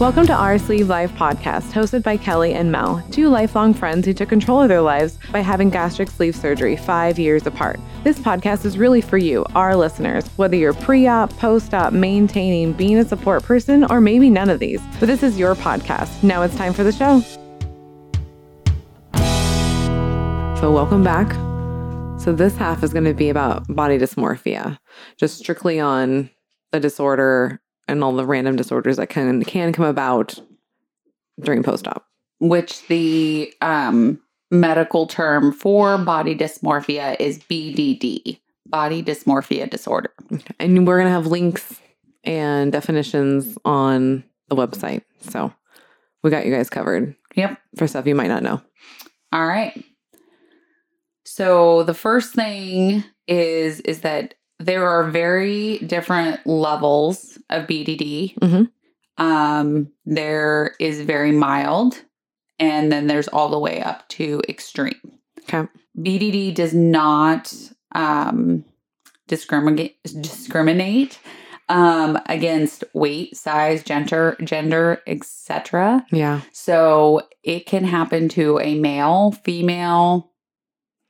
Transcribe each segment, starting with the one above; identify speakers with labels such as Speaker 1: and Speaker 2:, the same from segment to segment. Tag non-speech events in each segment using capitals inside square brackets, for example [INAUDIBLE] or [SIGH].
Speaker 1: Welcome to Our Sleeve Live podcast, hosted by Kelly and Mel, two lifelong friends who took control of their lives by having gastric sleeve surgery five years apart. This podcast is really for you, our listeners, whether you're pre op, post op, maintaining, being a support person, or maybe none of these. But this is your podcast. Now it's time for the show. So, welcome back. So, this half is going to be about body dysmorphia, just strictly on the disorder and all the random disorders that can can come about during post-op.
Speaker 2: which the um, medical term for body dysmorphia is BDD, body dysmorphia disorder.
Speaker 1: And we're going to have links and definitions on the website. So, we got you guys covered
Speaker 2: Yep.
Speaker 1: for stuff you might not know.
Speaker 2: All right. So the first thing is is that there are very different levels of BDD.
Speaker 1: Mhm.
Speaker 2: Um, there is very mild, and then there's all the way up to extreme.
Speaker 1: Okay.
Speaker 2: BDD does not um, discriminate discriminate um, against weight, size, gender, gender, etc.
Speaker 1: Yeah.
Speaker 2: So it can happen to a male, female.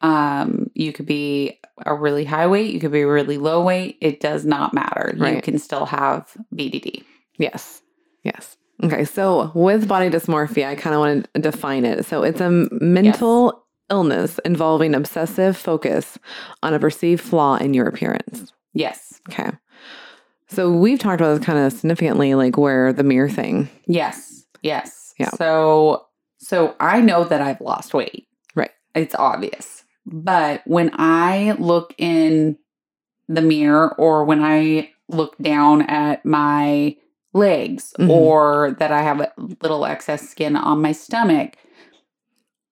Speaker 2: Um, you could be a really high weight, you could be really low weight. It does not matter. You
Speaker 1: Right.
Speaker 2: can still have BDD.
Speaker 1: Yes. Yes. Okay. So, with body dysmorphia, I kind of want to define it. So, it's a m- mental illness involving obsessive focus on a perceived flaw in your appearance.
Speaker 2: Yes.
Speaker 1: Okay. So, we've talked about this kind of significantly, like where the mirror thing.
Speaker 2: Yes. Yes.
Speaker 1: Yeah.
Speaker 2: So so I know that I've lost weight.
Speaker 1: Right.
Speaker 2: It's obvious. But when I look in the mirror or when I look down at my legs
Speaker 1: Mhm.
Speaker 2: or that I have a little excess skin on my stomach,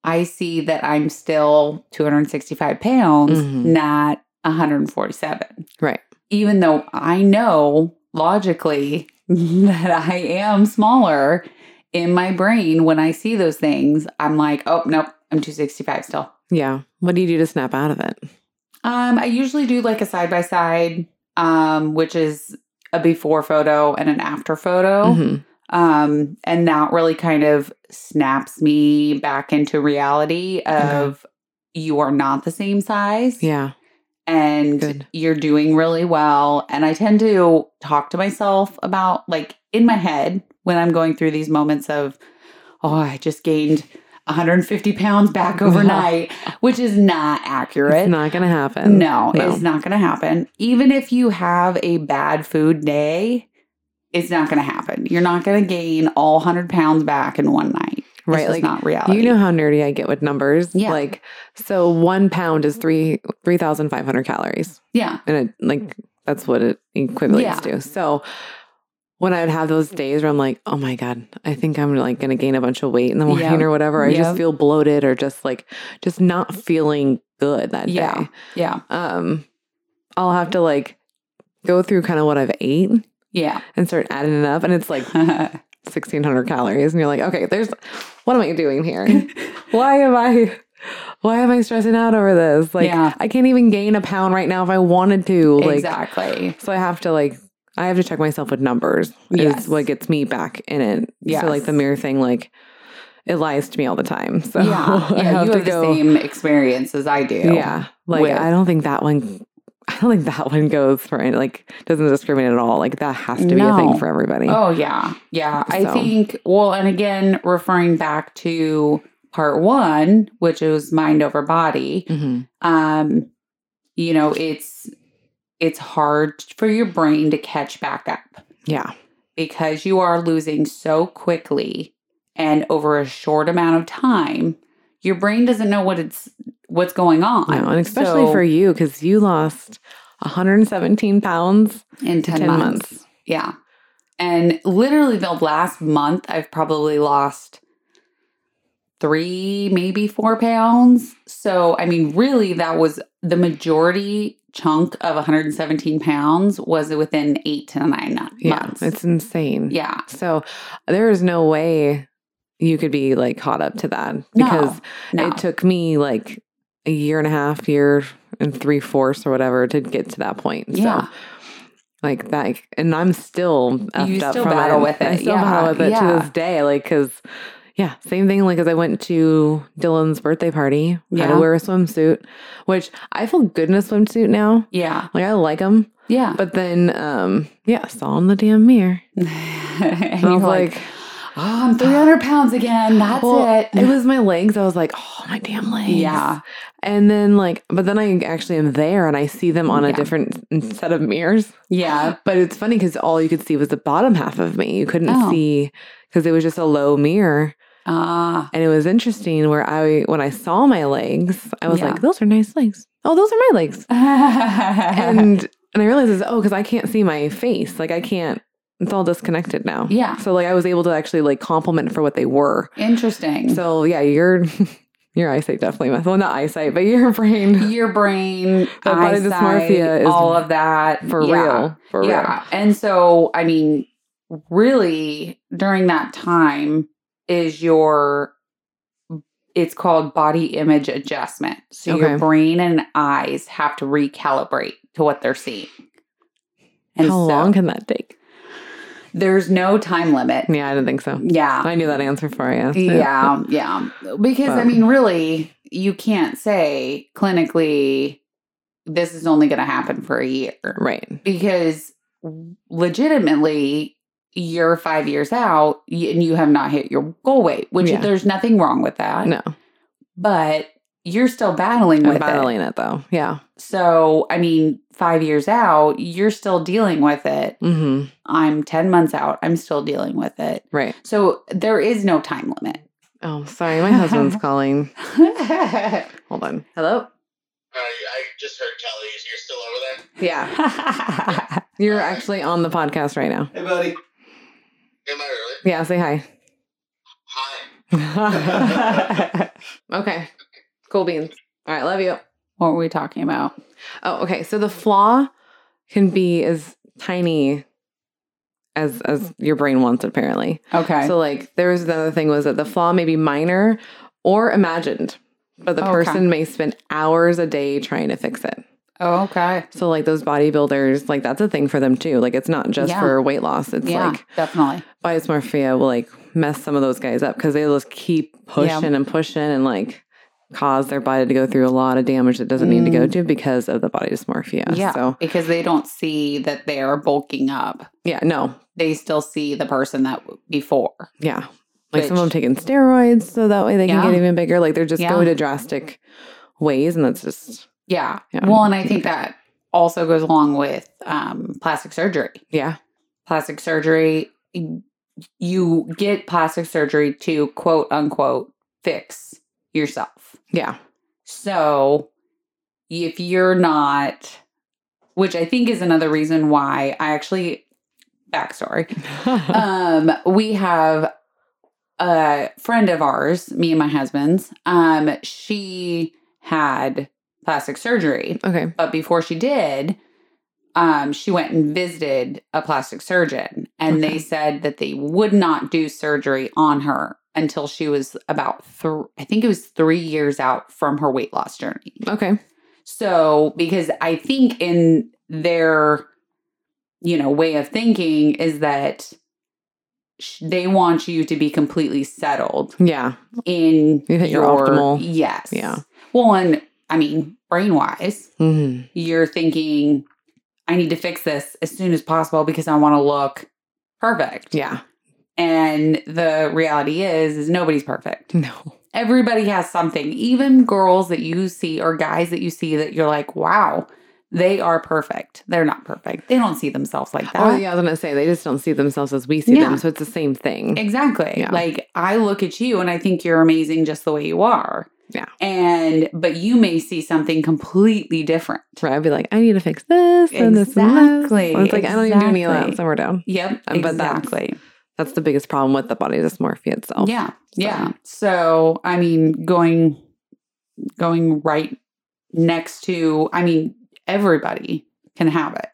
Speaker 2: I see that I'm still 265 pounds,
Speaker 1: Mhm.
Speaker 2: not 147.
Speaker 1: Right.
Speaker 2: Even though I know logically [LAUGHS] that I am smaller in my brain when I see those things, I'm like, oh, nope, I'm 265 still.
Speaker 1: Yeah. What do you do to snap out of it?
Speaker 2: Um, I usually do like a side by side, um, which is a before photo and an after photo.
Speaker 1: Mhm.
Speaker 2: Um, and that really kind of snaps me back into reality of you are not the same size
Speaker 1: Yeah.
Speaker 2: and
Speaker 1: Good.
Speaker 2: you're doing really well. And I tend to talk to myself about, like, in my head when I'm going through these moments of, oh, I just gained 150 pounds
Speaker 1: [LAUGHS]
Speaker 2: back overnight, which is not accurate.
Speaker 1: It's not going to happen.
Speaker 2: No,
Speaker 1: No.
Speaker 2: it's not going to happen. Even if you have a bad food day, it's not going to happen. You're not going to gain all 100 pounds back in one night. Right.
Speaker 1: Right. Like,
Speaker 2: not reality.
Speaker 1: you know how nerdy I get with numbers.
Speaker 2: Yeah.
Speaker 1: Like, so one pound is three 3,500 calories.
Speaker 2: yeah.
Speaker 1: and it like that's what it equivalates
Speaker 2: Yeah.
Speaker 1: to. So when I would have those days where I'm like, oh my god, I think I'm like going to gain a bunch of weight in the morning
Speaker 2: Yep.
Speaker 1: or whatever, I
Speaker 2: Yep.
Speaker 1: just feel bloated or just like just not feeling good that
Speaker 2: Yeah.
Speaker 1: day.
Speaker 2: Yeah.
Speaker 1: Um, I'll have to like go through kind of what I've ate
Speaker 2: Yeah.
Speaker 1: and start adding it up, and it's [LAUGHS] like 1,600 calories, and you're like, okay, there's what am I doing
Speaker 2: [LAUGHS]
Speaker 1: here? why am I? Why am I stressing out over this? Like,
Speaker 2: Yeah.
Speaker 1: I can't even gain a pound right now if I wanted to. Like,
Speaker 2: exactly.
Speaker 1: so I have to like I have to check myself with numbers.
Speaker 2: Yes.
Speaker 1: Is what gets me back in it.
Speaker 2: Yes.
Speaker 1: So like the mirror thing, like it lies to me all the time. [LAUGHS] So
Speaker 2: yeah.
Speaker 1: [LAUGHS] I
Speaker 2: Yeah.
Speaker 1: have
Speaker 2: You
Speaker 1: to
Speaker 2: have the
Speaker 1: go.
Speaker 2: same experience as I do.
Speaker 1: yeah. Like
Speaker 2: with-
Speaker 1: I don't think that one I don't think that one goes for any like doesn't discriminate at all. Like that has to be a
Speaker 2: No.
Speaker 1: thing for everybody.
Speaker 2: Oh, yeah. Yeah. I
Speaker 1: So-
Speaker 2: think, well, and again, referring back to part one, which is mind over body.
Speaker 1: Mhm.
Speaker 2: um you know it's it's hard for your brain to catch back up
Speaker 1: Yeah.
Speaker 2: because you are losing so quickly and over a short amount of time your brain doesn't know what it's what's going on
Speaker 1: No, and especially
Speaker 2: So,
Speaker 1: for you because you lost 117 pounds
Speaker 2: in 10,
Speaker 1: 10
Speaker 2: months.
Speaker 1: months.
Speaker 2: yeah and literally the last month i've probably lost three maybe four pounds so i mean really that was the majority chunk of 117 pounds was within eight to nine mon-
Speaker 1: Yeah.
Speaker 2: months
Speaker 1: It's insane.
Speaker 2: yeah
Speaker 1: So there is no way you could be like caught up to that because
Speaker 2: no
Speaker 1: it took me like a year and a half, year and three fourths or whatever to get to that point.
Speaker 2: Yeah.
Speaker 1: So like that, and I'm still effed
Speaker 2: You
Speaker 1: up
Speaker 2: still
Speaker 1: from
Speaker 2: battle
Speaker 1: it.
Speaker 2: with it,
Speaker 1: I still
Speaker 2: yeah,
Speaker 1: battle with it
Speaker 2: yeah.
Speaker 1: to this day, like because yeah, same thing. Like as I went to Dylan's birthday party, had
Speaker 2: Yeah.
Speaker 1: to wear a swimsuit, which I feel good in a swimsuit now.
Speaker 2: Yeah.
Speaker 1: Like I like them,
Speaker 2: Yeah. [LAUGHS]
Speaker 1: but then um yeah, saw in the damn mirror,
Speaker 2: and
Speaker 1: and I
Speaker 2: you're
Speaker 1: was
Speaker 2: like,
Speaker 1: like,
Speaker 2: oh, I'm 300 pounds again. That's
Speaker 1: well,
Speaker 2: it.
Speaker 1: it was my legs. I was like, oh my damn legs.
Speaker 2: yeah.
Speaker 1: And then like, but then I actually am there and I see them on a
Speaker 2: Yeah.
Speaker 1: different set of mirrors.
Speaker 2: Yeah.
Speaker 1: But it's funny because all you could see was the bottom half of me. You couldn't
Speaker 2: Oh.
Speaker 1: see because it was just a low mirror.
Speaker 2: [LAUGHS] Ah.
Speaker 1: And it was interesting where I, when I saw my legs, I was
Speaker 2: Yeah.
Speaker 1: like, those are nice legs. Oh, those are my
Speaker 2: [LAUGHS]
Speaker 1: legs. And, and I realized, it's, oh, because I can't see my face. Like I can't, it's all disconnected now.
Speaker 2: yeah.
Speaker 1: So like I was able to actually like compliment for what they were.
Speaker 2: Interesting.
Speaker 1: So yeah, your, [LAUGHS] your eyesight definitely, messed- well, not eyesight, but your [LAUGHS] brain
Speaker 2: [LAUGHS] your brain,
Speaker 1: That body
Speaker 2: eyesight,
Speaker 1: dysmorphia is
Speaker 2: all of that
Speaker 1: for
Speaker 2: Yeah.
Speaker 1: real. For real.
Speaker 2: yeah. And so, I mean, really during that time is your it's called body image adjustment. So
Speaker 1: Okay.
Speaker 2: your brain and eyes have to recalibrate to what they're seeing. And
Speaker 1: How
Speaker 2: so
Speaker 1: long can that take?
Speaker 2: there's no time limit.
Speaker 1: Yeah, I didn't think so.
Speaker 2: Yeah.
Speaker 1: I knew that answer for you. [LAUGHS]
Speaker 2: Yeah, yeah. Because I
Speaker 1: But-
Speaker 2: mean, really, you can't say clinically this is only going to happen for a year
Speaker 1: Right.
Speaker 2: because legitimately you're five years out y- and you have not hit your goal weight, which
Speaker 1: Yeah.
Speaker 2: there's nothing wrong with that.
Speaker 1: No,
Speaker 2: But you're still battling
Speaker 1: I'm
Speaker 2: with
Speaker 1: battling it. though. Yeah.
Speaker 2: it. So, I mean, five years out, you're still dealing with it.
Speaker 1: Mm-hmm.
Speaker 2: I'm 10 months out, I'm still dealing with it.
Speaker 1: Right.
Speaker 2: So, there is no time limit. [LAUGHS]
Speaker 1: Oh, sorry. My husband's calling. Hold on. Hello.
Speaker 3: Uh, I just heard Kelly. You're still over there.
Speaker 1: Yeah.
Speaker 2: Hi,
Speaker 1: You're actually on the podcast right now.
Speaker 3: Hey, buddy. Am I really?
Speaker 1: Yeah. Say hi. [LAUGHS]
Speaker 3: Hi.
Speaker 1: okay. Cool beans. All right. Love you.
Speaker 2: [LAUGHS] what were we talking about?
Speaker 1: Oh, okay. So the flaw can be as tiny as as your brain wants, apparently.
Speaker 2: Okay.
Speaker 1: So like there was another thing was that the flaw may be minor or imagined, but the
Speaker 2: Oh, Okay.
Speaker 1: person may spend hours a day trying to fix it.
Speaker 2: oh, okay.
Speaker 1: So like those bodybuilders, like that's a thing for them too. Like it's not just
Speaker 2: Yeah.
Speaker 1: for weight loss. It's
Speaker 2: yeah,
Speaker 1: like
Speaker 2: definitely.
Speaker 1: biodysmorphia will like mess some of those guys up because they just keep pushing and pushing and like cause their body to go through a lot of damage that doesn't need to go
Speaker 2: Mm.
Speaker 1: to because of the body dysmorphia.
Speaker 2: Yeah.
Speaker 1: So
Speaker 2: because they don't see that they are bulking up.
Speaker 1: yeah, no.
Speaker 2: They still see the person that w- before.
Speaker 1: Yeah. Like some of
Speaker 2: Which-
Speaker 1: them taking steroids so that way they
Speaker 2: Yeah.
Speaker 1: can get even bigger. Like they're just
Speaker 2: Yeah.
Speaker 1: going to drastic ways and that's just
Speaker 2: Yeah.
Speaker 1: Yeah.
Speaker 2: Well, and I think that also goes along with um, plastic surgery.
Speaker 1: Yeah.
Speaker 2: Plastic surgery, y- you get plastic surgery to quote unquote fix yourself. [LAUGHS]
Speaker 1: Yeah.
Speaker 2: So if you're not, which I think is another reason why I actually, backstory,
Speaker 1: [LAUGHS]
Speaker 2: um, we have a friend of ours, me and my husband's. Um, she had plastic surgery,
Speaker 1: okay.
Speaker 2: but before she did, um, she went and visited a plastic surgeon, and
Speaker 1: Okay.
Speaker 2: they said that they would not do surgery on her until she was about three. I think it was three years out from her weight loss journey.
Speaker 1: Okay.
Speaker 2: So, because I think in their, you know, way of thinking is that sh- they want you to be completely settled
Speaker 1: Yeah.
Speaker 2: in
Speaker 1: You hit your optimal.
Speaker 2: Yes.
Speaker 1: Yeah.
Speaker 2: Well, and I mean, brain wise,
Speaker 1: Mhm.
Speaker 2: you're thinking, I need to fix this as soon as possible because I want to look perfect.
Speaker 1: Yeah. [LAUGHS]
Speaker 2: And the reality is, is nobody's perfect
Speaker 1: No.
Speaker 2: everybody has something even girls that you see or guys that you see that you're like wow they are perfect they're not perfect they don't see themselves like that
Speaker 1: oh, yeah. I was going to say, they just don't see themselves as we see
Speaker 2: Yeah.
Speaker 1: them. So it's the same thing.
Speaker 2: exactly
Speaker 1: Yeah.
Speaker 2: like i look at you and i think you're amazing just the way you are
Speaker 1: Yeah.
Speaker 2: and but you may see something completely different
Speaker 1: Right. I'd be like, I need to fix this and this and this.
Speaker 2: Exactly.
Speaker 1: And it's like, I don't even do any of that.
Speaker 2: Exactly.
Speaker 1: So we're down.
Speaker 2: yep
Speaker 1: Um, but that's-
Speaker 2: exactly
Speaker 1: That's the biggest problem with the body dysmorphia itself.
Speaker 2: yeah yeah so i mean going going right next to i mean everybody can have it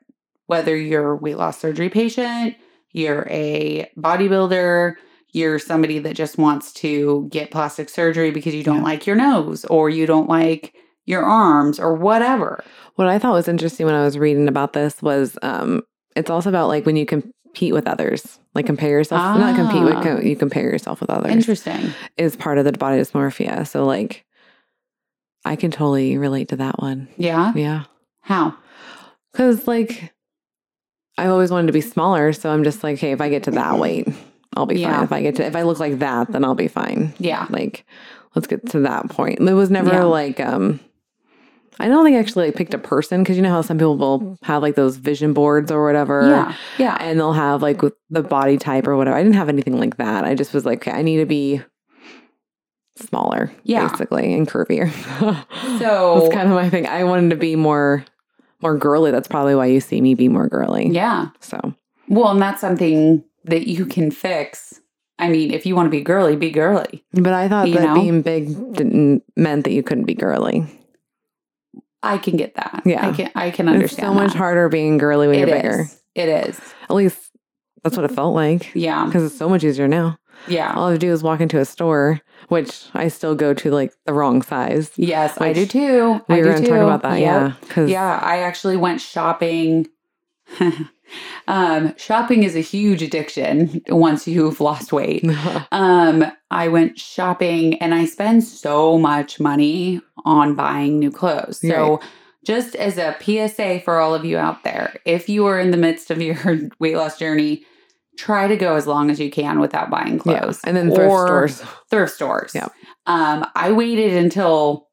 Speaker 2: whether you're a weight loss surgery patient you're a bodybuilder you're somebody that just wants to get plastic surgery because you don't
Speaker 1: Yeah.
Speaker 2: like your nose or you don't like your arms or whatever
Speaker 1: What I thought was interesting when I was reading about this was um, It's also about like when you compete with others, like compare yourself, not compete,
Speaker 2: Ah.
Speaker 1: but co- you compare yourself with others
Speaker 2: Interesting.
Speaker 1: is part of the body dysmorphia. So like, I can totally relate to that one.
Speaker 2: Yeah.
Speaker 1: Yeah.
Speaker 2: How?
Speaker 1: Cause like, I've always wanted to be smaller. So I'm just like, hey, if I get to
Speaker 2: [LAUGHS]
Speaker 1: that weight, I'll be
Speaker 2: Yeah.
Speaker 1: fine. If I get to, if I look like that, then I'll be fine.
Speaker 2: Yeah.
Speaker 1: Like, let's get to that point. It was never
Speaker 2: Yeah.
Speaker 1: like, um, I don't think I actually like, picked a person because you know how some people will have like those vision boards or whatever.
Speaker 2: Yeah. Yeah.
Speaker 1: and they'll have like with the body type or whatever. I didn't have anything like that. I just was like, okay, I need to be smaller,
Speaker 2: Yeah.
Speaker 1: basically, and curvier. [LAUGHS]
Speaker 2: So
Speaker 1: that's kind of my thing. I wanted to be more, more girly. That's probably why you see me be more girly.
Speaker 2: yeah.
Speaker 1: So
Speaker 2: Well, and that's something that you can fix. I mean, if you want to be girly, be girly.
Speaker 1: But I thought
Speaker 2: You
Speaker 1: that
Speaker 2: know?
Speaker 1: being big didn't meant that you couldn't be girly.
Speaker 2: I can get that.
Speaker 1: Yeah.
Speaker 2: I can I can
Speaker 1: It's
Speaker 2: understand.
Speaker 1: so much
Speaker 2: that.
Speaker 1: harder being girly when
Speaker 2: It
Speaker 1: you're
Speaker 2: is.
Speaker 1: bigger.
Speaker 2: It is.
Speaker 1: At least that's what it felt like.
Speaker 2: [LAUGHS] Yeah.
Speaker 1: Because it's so much easier now.
Speaker 2: Yeah.
Speaker 1: All I have to do is walk into a store, which I still go to like the wrong size.
Speaker 2: Yes, I
Speaker 1: Which
Speaker 2: do too.
Speaker 1: We were
Speaker 2: I do
Speaker 1: going to talk
Speaker 2: too.
Speaker 1: about that,
Speaker 2: Yep.
Speaker 1: yeah. 'Cause- [LAUGHS]
Speaker 2: Yeah, I actually went shopping. [LAUGHS] um, shopping is a huge addiction once you've lost weight. [LAUGHS] Um, I went shopping and I spend so much money on buying new clothes. So, just as a PSA for all of you out there, if you are in the midst of [LAUGHS] your weight loss journey, try to go as long as you can without buying
Speaker 1: Yeah.
Speaker 2: clothes.
Speaker 1: And then thrift
Speaker 2: Or [LAUGHS]
Speaker 1: stores.
Speaker 2: Thrift stores.
Speaker 1: Yep.
Speaker 2: Um, I waited until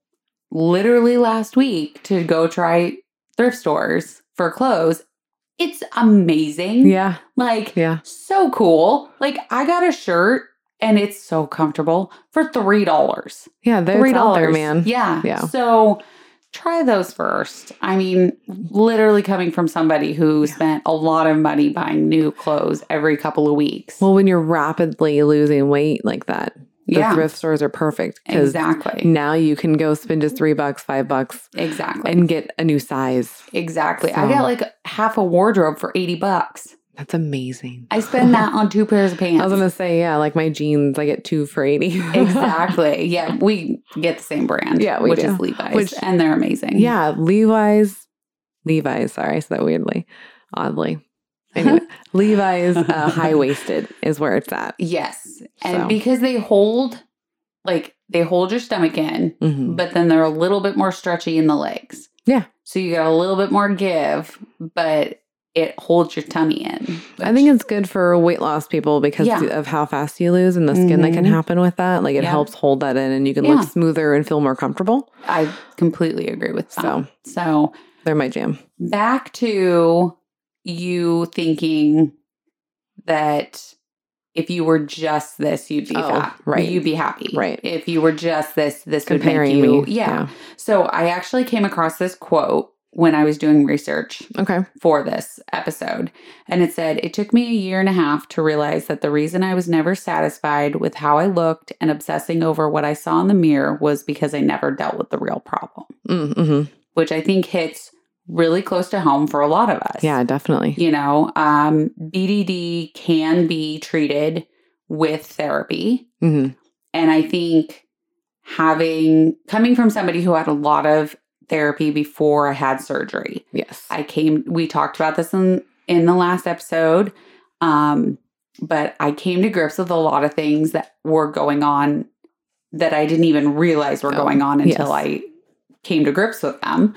Speaker 2: literally last week to go try thrift stores for clothes. It's amazing.
Speaker 1: Yeah.
Speaker 2: Like,
Speaker 1: Yeah.
Speaker 2: so cool. Like I got a shirt and it's so comfortable for three dollars.
Speaker 1: Yeah. They're
Speaker 2: Three
Speaker 1: it's out there,
Speaker 2: dollars,
Speaker 1: man.
Speaker 2: Yeah,
Speaker 1: Yeah.
Speaker 2: So try those first. I mean, literally coming from somebody who
Speaker 1: Yeah.
Speaker 2: spent a lot of money buying new clothes every couple of weeks.
Speaker 1: Well, when you're rapidly losing weight like that, the
Speaker 2: yeah,
Speaker 1: thrift stores are perfect because
Speaker 2: exactly,
Speaker 1: now you can go spend just three bucks, five bucks,
Speaker 2: exactly,
Speaker 1: and get a new size.
Speaker 2: exactly. I
Speaker 1: So-
Speaker 2: got like half a wardrobe for eighty bucks.
Speaker 1: That's amazing.
Speaker 2: I spend that on two pairs of pants.
Speaker 1: [LAUGHS] I was gonna say, yeah, like my jeans, I get two for eighty.
Speaker 2: exactly. Yeah, we get the same
Speaker 1: [LAUGHS]
Speaker 2: brand.
Speaker 1: Yeah, we
Speaker 2: which
Speaker 1: do.
Speaker 2: is Levi's,
Speaker 1: Which-
Speaker 2: and they're amazing.
Speaker 1: yeah, Levi's. Levi's. Sorry, I said that weirdly,
Speaker 2: [LAUGHS]
Speaker 1: oddly. Anyway, Levi's uh, high waisted is where it's at.
Speaker 2: Yes. And
Speaker 1: So.
Speaker 2: because they hold like they hold your stomach in,
Speaker 1: Mhm.
Speaker 2: but then they're a little bit more stretchy in the legs.
Speaker 1: Yeah.
Speaker 2: So you got a little bit more give, but it holds your tummy in.
Speaker 1: I think it's good for weight loss people because
Speaker 2: Yeah.
Speaker 1: of how fast you lose and the skin that can
Speaker 2: Mhm.
Speaker 1: happen with that. Like it
Speaker 2: Yeah.
Speaker 1: helps hold that in and you can
Speaker 2: Yeah.
Speaker 1: look smoother and feel more comfortable.
Speaker 2: I completely agree with that.
Speaker 1: So.
Speaker 2: So,
Speaker 1: They're my jam.
Speaker 2: back to you thinking that if you were just this, you'd be
Speaker 1: Oh,
Speaker 2: fat.
Speaker 1: right.
Speaker 2: You'd be happy.
Speaker 1: Right.
Speaker 2: If you were just this, this
Speaker 1: Comparing
Speaker 2: would make you
Speaker 1: me.
Speaker 2: yeah. So I actually came across this quote when I was doing research
Speaker 1: Yeah. Okay.
Speaker 2: for this episode. And it said, It took me a year and a half to realize that the reason I was never satisfied with how I looked and obsessing over what I saw in the mirror was because I never dealt with the real problem,
Speaker 1: Mm-hmm.
Speaker 2: which I think hits really close to home for a lot of us.
Speaker 1: Yeah, definitely.
Speaker 2: You know, um, BDD can be treated with therapy.
Speaker 1: hmm
Speaker 2: And I think having coming from somebody who had a lot of therapy before I had surgery,
Speaker 1: Yes.
Speaker 2: I came we talked about this in in the last episode. Um but I came to grips with a lot of things that were going on that I didn't even realize were
Speaker 1: Oh,
Speaker 2: going on until
Speaker 1: yes.
Speaker 2: I came to grips with them.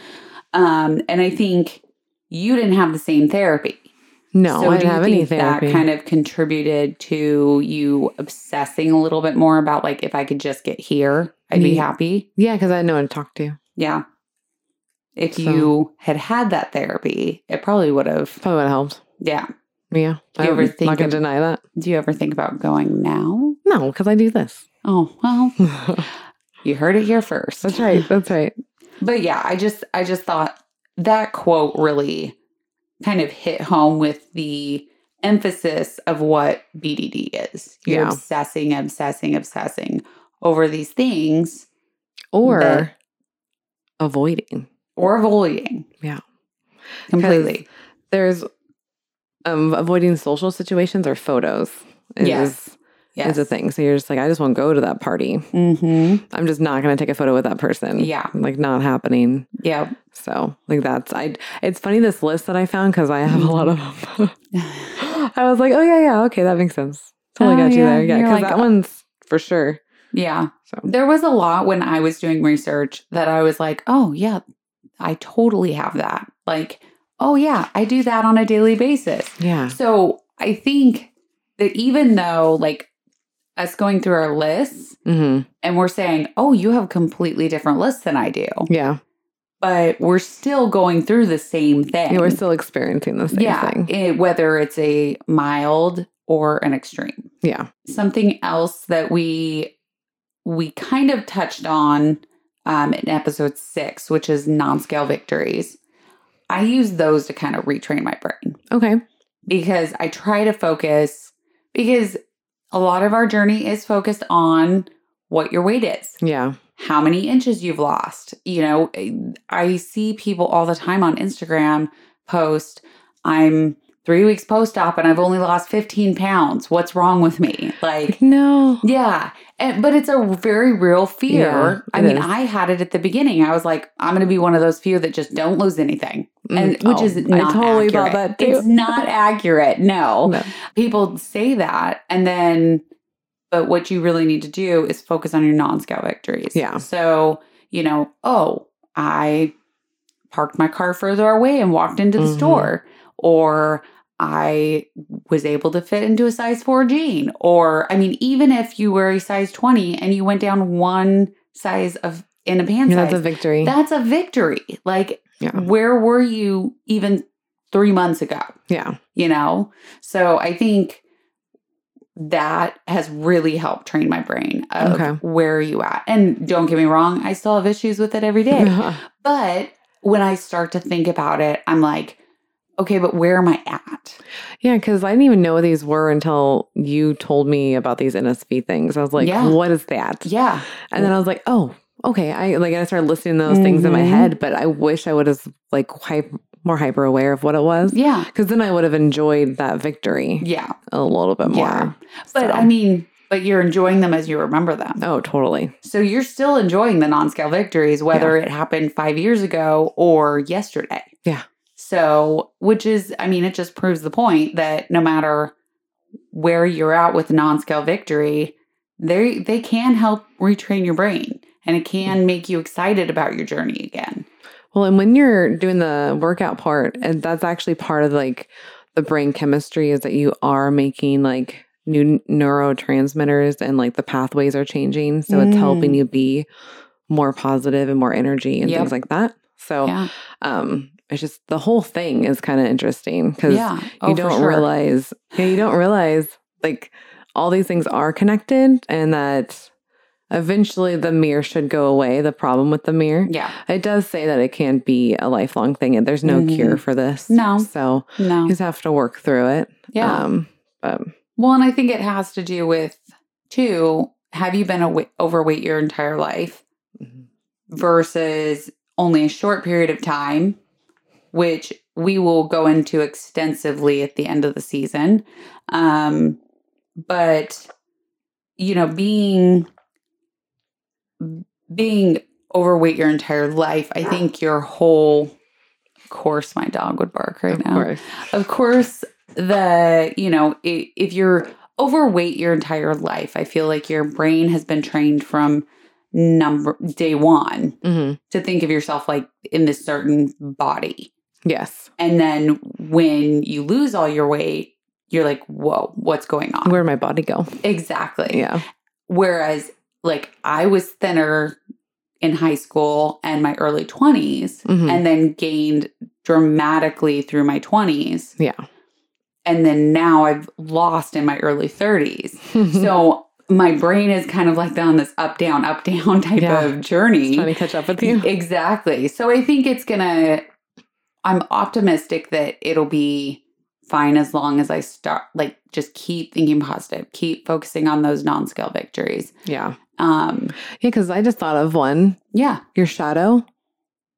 Speaker 2: Um and I think you didn't have the same therapy.
Speaker 1: no, I
Speaker 2: do
Speaker 1: didn't
Speaker 2: you
Speaker 1: have any
Speaker 2: think
Speaker 1: therapy.
Speaker 2: That kind of contributed to you obsessing a little bit more about like if I could just get here, I'd be
Speaker 1: Yeah.
Speaker 2: happy.
Speaker 1: yeah, because I had no one to talk to.
Speaker 2: Yeah. If
Speaker 1: So-
Speaker 2: you had had that therapy, it probably would have.
Speaker 1: Probably would have helped.
Speaker 2: Yeah.
Speaker 1: Yeah.
Speaker 2: Do you ever
Speaker 1: I'm
Speaker 2: think
Speaker 1: not going
Speaker 2: of-
Speaker 1: to deny that.
Speaker 2: Do you ever think about going now?
Speaker 1: No, because I do this.
Speaker 2: Oh well, [LAUGHS] you heard it here first.
Speaker 1: That's right. That's right.
Speaker 2: But yeah, I just I just thought that quote really kind of hit home with the emphasis of what BDD is. You're
Speaker 1: Yeah.
Speaker 2: obsessing, obsessing, obsessing over these things
Speaker 1: Or
Speaker 2: But-
Speaker 1: avoiding.
Speaker 2: or avoiding.
Speaker 1: Yeah.
Speaker 2: Completely.
Speaker 1: There's um, avoiding social situations or photos. Is
Speaker 2: Yes. Yes.
Speaker 1: is a thing. So you're just like, I just won't go to that party.
Speaker 2: Mm-hmm.
Speaker 1: I'm just not going to take a photo with that person.
Speaker 2: Yeah.
Speaker 1: Like, not happening.
Speaker 2: Yeah.
Speaker 1: So, like, that's, I, it's funny this list that I found because I have a lot of them. [LAUGHS] I was like, oh, yeah, yeah. Okay. That makes sense. Totally
Speaker 2: Oh,
Speaker 1: got you
Speaker 2: yeah,
Speaker 1: there. Yeah.
Speaker 2: you're
Speaker 1: Because
Speaker 2: like,
Speaker 1: that
Speaker 2: uh,
Speaker 1: one's for sure.
Speaker 2: Yeah.
Speaker 1: So,
Speaker 2: There was a lot when I was doing research that I was like, oh, yeah, I totally have that. Like, oh, yeah, I do that on a daily basis.
Speaker 1: yeah.
Speaker 2: So I think that even though, like, us going through our lists
Speaker 1: hmm
Speaker 2: and we're saying, oh, you have completely different lists than I do,
Speaker 1: Yeah.
Speaker 2: but we're still going through the same thing.
Speaker 1: Yeah, We're still experiencing the same
Speaker 2: yeah,
Speaker 1: thing.
Speaker 2: it- whether it's a mild or an extreme.
Speaker 1: Yeah.
Speaker 2: something else that we we kind of touched on um, in episode six, which is non-scale victories. I use those to kind of retrain my brain
Speaker 1: Okay.
Speaker 2: because I try to focus because a lot of our journey is focused on what your weight is,
Speaker 1: Yeah.
Speaker 2: how many inches you've lost. You know, I see people all the time on Instagram post, I'm three weeks post-op and I've only lost 15 pounds. What's wrong with me?
Speaker 1: [LAUGHS]
Speaker 2: Like
Speaker 1: No.
Speaker 2: yeah. And, but it's a very real fear.
Speaker 1: Yeah,
Speaker 2: I
Speaker 1: it
Speaker 2: mean,
Speaker 1: is.
Speaker 2: I had it at the beginning. I was like, I'm going to be one of those few that just don't lose anything. And
Speaker 1: Mm.
Speaker 2: which
Speaker 1: Oh,
Speaker 2: is not
Speaker 1: I totally
Speaker 2: accurate.
Speaker 1: thought that too.
Speaker 2: It's not accurate. No.
Speaker 1: No.
Speaker 2: People say that and then but what you really need to do is focus on your non-scale victories.
Speaker 1: Yeah.
Speaker 2: So, you know, oh, I parked my car further away and walked into the
Speaker 1: Mhm.
Speaker 2: store or I was able to fit into a size 4 jean or I mean even if you were a size 20 and you went down one size of in a pant
Speaker 1: Yeah,
Speaker 2: size
Speaker 1: that's a victory.
Speaker 2: that's a victory. Like,
Speaker 1: Yeah.
Speaker 2: where were you even three months ago?
Speaker 1: yeah.
Speaker 2: You know? So I think that has really helped train my brain of
Speaker 1: Okay.
Speaker 2: where are you at. And don't get me wrong, I still have issues with it
Speaker 1: [LAUGHS]
Speaker 2: every day. but when I start to think about it, I'm like, okay, but where am I at?
Speaker 1: Yeah, because I didn't even know what these were until you told me about these NSV things. I was like,
Speaker 2: Yeah.
Speaker 1: what is that?
Speaker 2: Yeah.
Speaker 1: And then I was like, oh, okay. I like I started listing those things in my
Speaker 2: Mhm.
Speaker 1: head, but I wish I would have like hype, more hyper aware of what it was.
Speaker 2: Yeah.
Speaker 1: Because then I would have enjoyed that victory
Speaker 2: Yeah.
Speaker 1: a little bit more.
Speaker 2: Yeah. But
Speaker 1: So-
Speaker 2: I mean, but you're enjoying them as you remember them.
Speaker 1: Oh, totally.
Speaker 2: So you're still enjoying the non scale victories, whether it happened five years ago or yesterday.
Speaker 1: Yeah.
Speaker 2: So, which is, I mean, it just proves the point that no matter where you're at with non scale victory, they they can help retrain your brain and it
Speaker 1: Mm.
Speaker 2: can make you excited about your journey again.
Speaker 1: Well, and when you're doing the workout part, and that's actually part of like the brain chemistry is that you are making like new neurotransmitters and like the pathways are changing. So it's
Speaker 2: Mm.
Speaker 1: helping you be more positive and more energy and
Speaker 2: Yep.
Speaker 1: things like that. So
Speaker 2: yeah.
Speaker 1: um it's just the whole thing is kind of interesting because
Speaker 2: Yeah.
Speaker 1: you
Speaker 2: Oh, for
Speaker 1: don't
Speaker 2: sure.
Speaker 1: realize yeah, you don't realize like all these things are connected and that eventually the mirror should go away, the problem with the mirror.
Speaker 2: Yeah.
Speaker 1: It does say that it can be a lifelong thing, and there's no
Speaker 2: Mhm.
Speaker 1: cure for this.
Speaker 2: No.
Speaker 1: so
Speaker 2: No.
Speaker 1: you just have to work through it.
Speaker 2: Yeah.
Speaker 1: Um, but
Speaker 2: Well, and I think it has to do with too. Have you been awa- overweight your entire life
Speaker 1: Mhm.
Speaker 2: versus only a short period of time, which we will go into extensively at the end of the season. Um, but you know, being being overweight your entire life, I think your whole. Of course, my dog would bark right
Speaker 1: of
Speaker 2: now
Speaker 1: course,
Speaker 2: of course the you know i- if you're overweight your entire life i feel like your brain has been trained from number day one
Speaker 1: hmm
Speaker 2: to think of yourself like in this certain body
Speaker 1: yes.
Speaker 2: and then when you lose all your weight you're like whoa what's going on
Speaker 1: Where'd my body go?
Speaker 2: exactly
Speaker 1: Yeah,
Speaker 2: whereas like i was thinner in high school and my early 20s
Speaker 1: Mhm.
Speaker 2: and then gained dramatically through my 20s
Speaker 1: yeah.
Speaker 2: and then now I've lost in my
Speaker 1: [LAUGHS]
Speaker 2: early 30s.
Speaker 1: Mm-hmm.
Speaker 2: So my brain is kind of like on this up down up [LAUGHS] down type
Speaker 1: Yeah.
Speaker 2: of journey.
Speaker 1: trying to catch up with
Speaker 2: [LAUGHS]
Speaker 1: you.
Speaker 2: Exactly. So I think it's going to I'm optimistic that it'll be fine as long as I start like just keep thinking positive, keep focusing on those non-scale victories.
Speaker 1: Yeah, yeah.
Speaker 2: Um
Speaker 1: Because I just thought of one.
Speaker 2: yeah.
Speaker 1: Your shadow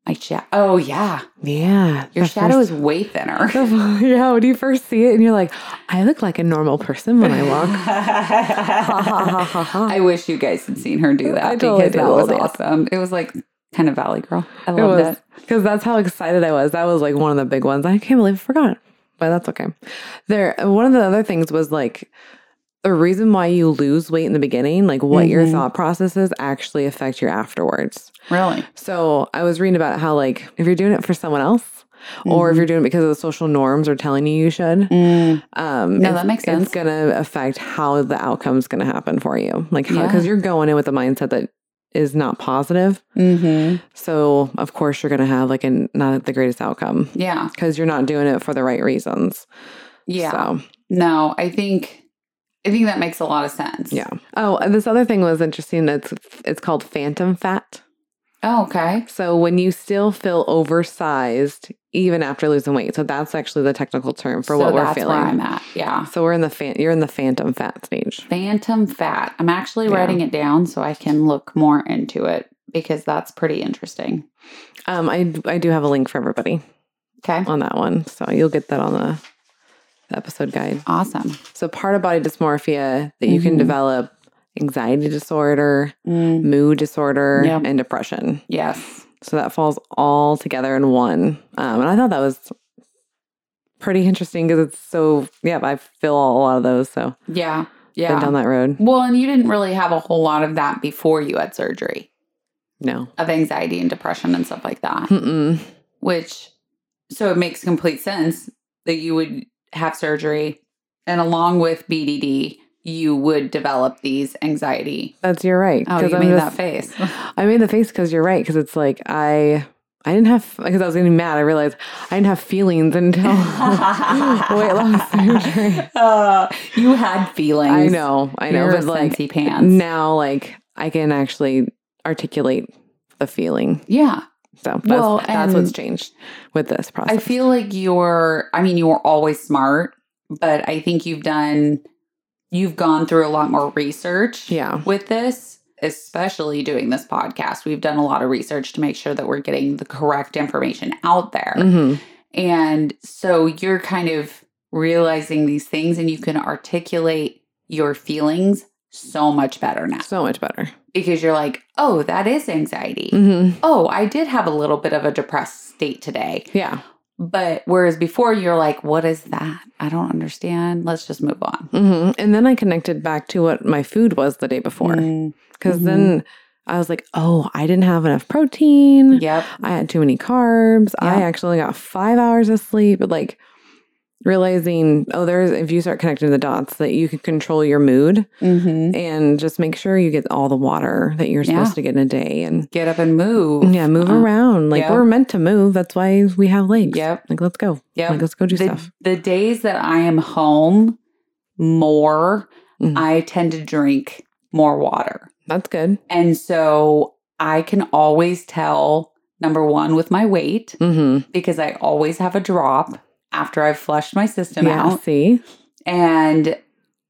Speaker 2: My shadow. Oh yeah,
Speaker 1: Yeah.
Speaker 2: your
Speaker 1: the
Speaker 2: shadow
Speaker 1: first-
Speaker 2: is [LAUGHS] way thinner.
Speaker 1: [LAUGHS] yeah, when you first see it and you're like, I look like a normal person when I walk.
Speaker 2: [LAUGHS]
Speaker 1: Ha, ha, ha, [LAUGHS] ha, ha.
Speaker 2: I wish you guys had seen her do that
Speaker 1: I totally
Speaker 2: because
Speaker 1: did a
Speaker 2: that was
Speaker 1: little dance.
Speaker 2: awesome. It was like kind of Valley Girl. I
Speaker 1: It
Speaker 2: loved
Speaker 1: was
Speaker 2: it.
Speaker 1: because that's how excited I was. That was like one of the big ones. I can't believe I forgot, but that's okay. There, one of the other things was like the reason why you lose weight in the beginning, like what your
Speaker 2: Mhm.
Speaker 1: thought processes actually affect your afterwards.
Speaker 2: Really?
Speaker 1: So I was reading about how like if you're doing it for someone else, or
Speaker 2: Mm-hmm.
Speaker 1: if you're doing it because of the social norms or telling you you should,
Speaker 2: Mm.
Speaker 1: um,
Speaker 2: No,
Speaker 1: it's-
Speaker 2: that makes sense.
Speaker 1: It's gonna affect how the outcome's gonna happen for you, like
Speaker 2: Yeah.
Speaker 1: because you're going in with a mindset that is not positive. Mm-hmm.
Speaker 2: hmm
Speaker 1: So, of course, you're going to have like an not the greatest outcome
Speaker 2: Yeah.
Speaker 1: because you're not doing it for the right reasons.
Speaker 2: Yeah.
Speaker 1: So,
Speaker 2: No, I think I think that makes a lot of sense.
Speaker 1: yeah. Oh, and this other thing was interesting. It's it's called phantom fat.
Speaker 2: Oh, okay.
Speaker 1: So when you still feel oversized even after losing weight. So that's actually the technical term for
Speaker 2: So
Speaker 1: what we're
Speaker 2: that's Where I'm
Speaker 1: feeling.
Speaker 2: at. Yeah.
Speaker 1: So we're in the fan, you're in the phantom fat stage.
Speaker 2: Phantom fat. I'm actually
Speaker 1: Yeah.
Speaker 2: writing it down so I can look more into it because that's pretty interesting.
Speaker 1: Um, I I do have a link for everybody
Speaker 2: Okay.
Speaker 1: on that one. So you'll get that on the, the episode guide.
Speaker 2: Awesome.
Speaker 1: So part of body dysmorphia that you can
Speaker 2: Mhm.
Speaker 1: develop anxiety disorder,
Speaker 2: Mm.
Speaker 1: mood disorder,
Speaker 2: Yeah.
Speaker 1: and depression.
Speaker 2: Yes.
Speaker 1: So that falls all together in one. Um, and I thought that was pretty interesting because it's so, yeah, I feel a lot of those. So
Speaker 2: Yeah.
Speaker 1: been
Speaker 2: Yeah.
Speaker 1: down that road.
Speaker 2: Well, and you didn't really have a whole lot of that before you had surgery
Speaker 1: No.
Speaker 2: of anxiety and depression and stuff like that,
Speaker 1: Mm-mm.
Speaker 2: which so it makes complete sense that you would have surgery and along with BDD, you would develop these anxiety.
Speaker 1: That's, you're right.
Speaker 2: Oh,
Speaker 1: 'Cause
Speaker 2: you
Speaker 1: I'm
Speaker 2: made
Speaker 1: just-
Speaker 2: that [LAUGHS] face.
Speaker 1: I made the face [LAUGHS] because you're right. Because it's like, I. I didn't have because I was getting mad. I realized I didn't have feelings until [LAUGHS] weight
Speaker 2: [LAUGHS]
Speaker 1: loss surgery.
Speaker 2: Uh, you had feelings.
Speaker 1: I know, I know,
Speaker 2: You're
Speaker 1: but
Speaker 2: a
Speaker 1: like
Speaker 2: sensy pants.
Speaker 1: now, like I can actually articulate the feeling.
Speaker 2: Yeah.
Speaker 1: So that's,
Speaker 2: Well,
Speaker 1: that's what's
Speaker 2: and-
Speaker 1: changed with this process.
Speaker 2: I feel like you're, I mean, you were always smart, but I think you've done, you've gone through a lot more research
Speaker 1: Yeah.
Speaker 2: with this, especially doing this podcast. We've done a lot of research to make sure that we're getting the correct information out there.
Speaker 1: hmm
Speaker 2: And so you're kind of realizing these things and you can articulate your feelings so much better now
Speaker 1: So much better.
Speaker 2: because you're like, oh, that is anxiety.
Speaker 1: hmm
Speaker 2: Oh, I did have a little bit of a depressed state today.
Speaker 1: Yeah.
Speaker 2: But whereas before you're like, what is that? I don't understand. Let's just move on.
Speaker 1: hmm And then I connected back to what my food was the day before. Because
Speaker 2: Mhm.
Speaker 1: then I was like, oh, I didn't have enough protein.
Speaker 2: Yep.
Speaker 1: I had too many carbs. I
Speaker 2: Yeah.
Speaker 1: actually got five hours of sleep. But like realizing, oh, there's, if you start connecting the dots, that you can control your mood
Speaker 2: Mm-hmm.
Speaker 1: and just make sure you get all the water that you're supposed
Speaker 2: Yeah.
Speaker 1: to get in a day. And
Speaker 2: Get up and move.
Speaker 1: yeah, move
Speaker 2: Uh,
Speaker 1: around. Like
Speaker 2: yeah.
Speaker 1: we're meant to move. That's why we have legs.
Speaker 2: Yep.
Speaker 1: Like let's go.
Speaker 2: Yep.
Speaker 1: Like let's go do
Speaker 2: the,
Speaker 1: stuff.
Speaker 2: the days that I am home more,
Speaker 1: Mhm.
Speaker 2: I tend to drink more water.
Speaker 1: That's good.
Speaker 2: And so I can always tell number one with my weight
Speaker 1: Mm-hmm.
Speaker 2: because I always have a drop after I've flushed my system
Speaker 1: yeah.
Speaker 2: out.
Speaker 1: See.
Speaker 2: And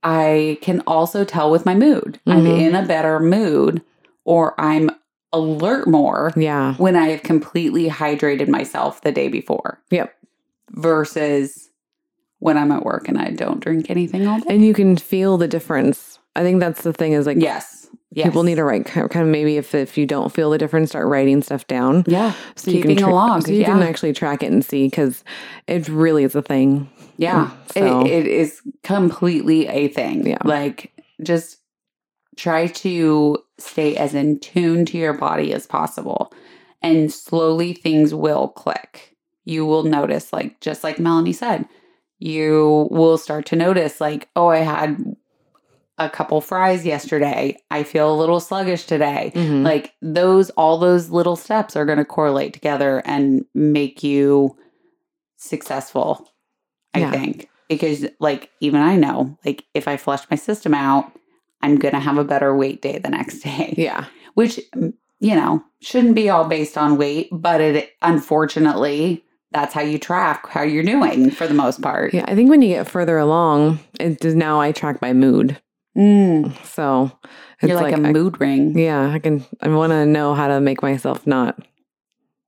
Speaker 2: I can also tell with my mood. I'm
Speaker 1: Mhm.
Speaker 2: in a better mood or I'm alert more
Speaker 1: Yeah.
Speaker 2: when I have completely hydrated myself the day before.
Speaker 1: Yep.
Speaker 2: Versus when I'm at work and I don't drink anything all day.
Speaker 1: And you can feel the difference. I think that's the thing. Is like
Speaker 2: yes. Yes.
Speaker 1: people need to write kind of kind of maybe if if you don't feel the difference, start writing stuff down.
Speaker 2: Yeah.
Speaker 1: So you
Speaker 2: Keeping
Speaker 1: can
Speaker 2: a log,
Speaker 1: So you can
Speaker 2: yeah.
Speaker 1: actually track it and see because it really is a thing. Mm.
Speaker 2: Yeah.
Speaker 1: So-
Speaker 2: It, it is completely a thing.
Speaker 1: Yeah.
Speaker 2: Like just try to stay as in tune to your body as possible. And slowly things will click. You will notice, like, just like Melanie said, you will start to notice, like, oh, I had a couple fries yesterday. I feel a little sluggish today.
Speaker 1: Mhm.
Speaker 2: Like, those, all those little steps are going to correlate together and make you successful, I
Speaker 1: Yeah.
Speaker 2: think. Because, like, even I know, like, if I flush my system out, I'm going to have a better weight day the next [LAUGHS] day,
Speaker 1: yeah.
Speaker 2: which, mm, you know, shouldn't be all based on weight, but it unfortunately, that's how you track how you're doing for the most part.
Speaker 1: Yeah. I think when you get further along, it does now I track my mood.
Speaker 2: Mm.
Speaker 1: So it's
Speaker 2: You're like, a
Speaker 1: I-
Speaker 2: mood ring.
Speaker 1: Yeah, I can. I want to know how to make myself not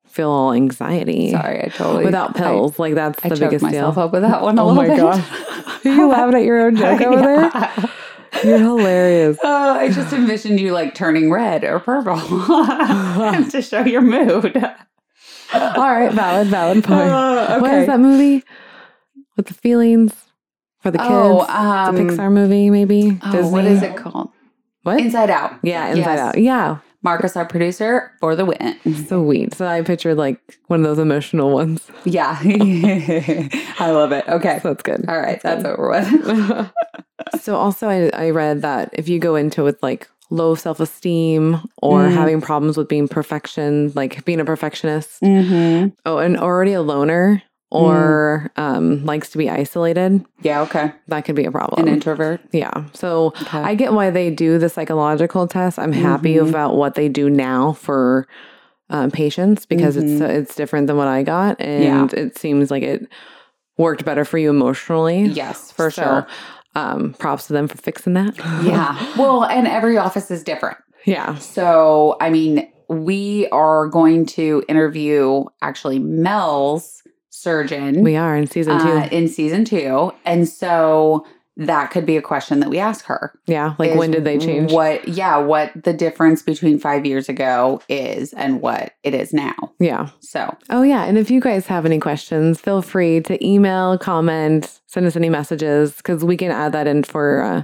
Speaker 1: feel all anxiety
Speaker 2: Sorry, I totally
Speaker 1: without pills. like that's
Speaker 2: I, I
Speaker 1: the
Speaker 2: choked
Speaker 1: biggest
Speaker 2: myself
Speaker 1: deal.
Speaker 2: up with that one a
Speaker 1: Oh
Speaker 2: little
Speaker 1: my
Speaker 2: bit.
Speaker 1: gosh.
Speaker 2: [LAUGHS]
Speaker 1: Are you laughing at your [LAUGHS] own joke over there?
Speaker 2: Yeah.
Speaker 1: You're hilarious.
Speaker 2: Oh, I just envisioned you like turning red or purple [LAUGHS] to show your mood.
Speaker 1: [LAUGHS] All right, valid, [LAUGHS] valid point.
Speaker 2: Oh,
Speaker 1: What
Speaker 2: okay.
Speaker 1: is that movie with the feelings for the kids?
Speaker 2: Oh, um,
Speaker 1: the Pixar movie, maybe.
Speaker 2: Oh,
Speaker 1: Disney?
Speaker 2: what is it called?
Speaker 1: What?
Speaker 2: Inside Out.
Speaker 1: yeah, Inside
Speaker 2: Yes.
Speaker 1: Out. Yeah,
Speaker 2: Marcus, our producer, for the win.
Speaker 1: sweet. So I pictured like one of those emotional ones. [LAUGHS]
Speaker 2: Yeah. [LAUGHS] I love it. Okay.
Speaker 1: So that's good.
Speaker 2: All right. That's
Speaker 1: [LAUGHS]
Speaker 2: over with.
Speaker 1: So also, I, I read that if you go into with like low self esteem or
Speaker 2: Mm.
Speaker 1: having problems with being perfection, like being a perfectionist,
Speaker 2: mm-hmm.
Speaker 1: oh, and already a loner or
Speaker 2: Mm.
Speaker 1: um, likes to be isolated,
Speaker 2: Yeah. Okay.
Speaker 1: that could be a problem.
Speaker 2: An introvert.
Speaker 1: yeah. So
Speaker 2: Okay.
Speaker 1: I get why they do the psychological test. I'm happy
Speaker 2: Mhm.
Speaker 1: about what they do now for um, patients because it's
Speaker 2: Mm-hmm.
Speaker 1: it's different than what I got, and it seems like it worked better for you emotionally.
Speaker 2: yes, for
Speaker 1: So,
Speaker 2: sure.
Speaker 1: Um, props to them for fixing that.
Speaker 2: Yeah. Well, and every office is different.
Speaker 1: [LAUGHS] yeah.
Speaker 2: So, I mean, we are going to interview actually Mel's surgeon
Speaker 1: We are in season two.
Speaker 2: uh, in season two. And so that could be a question that we ask her.
Speaker 1: yeah. Like
Speaker 2: is
Speaker 1: when did they change?
Speaker 2: What, yeah, what the difference between five years ago is and what it is now.
Speaker 1: Yeah.
Speaker 2: So,
Speaker 1: Oh yeah. And if you guys have any questions, feel free to email, comment, send us any messages because we can add that in for uh,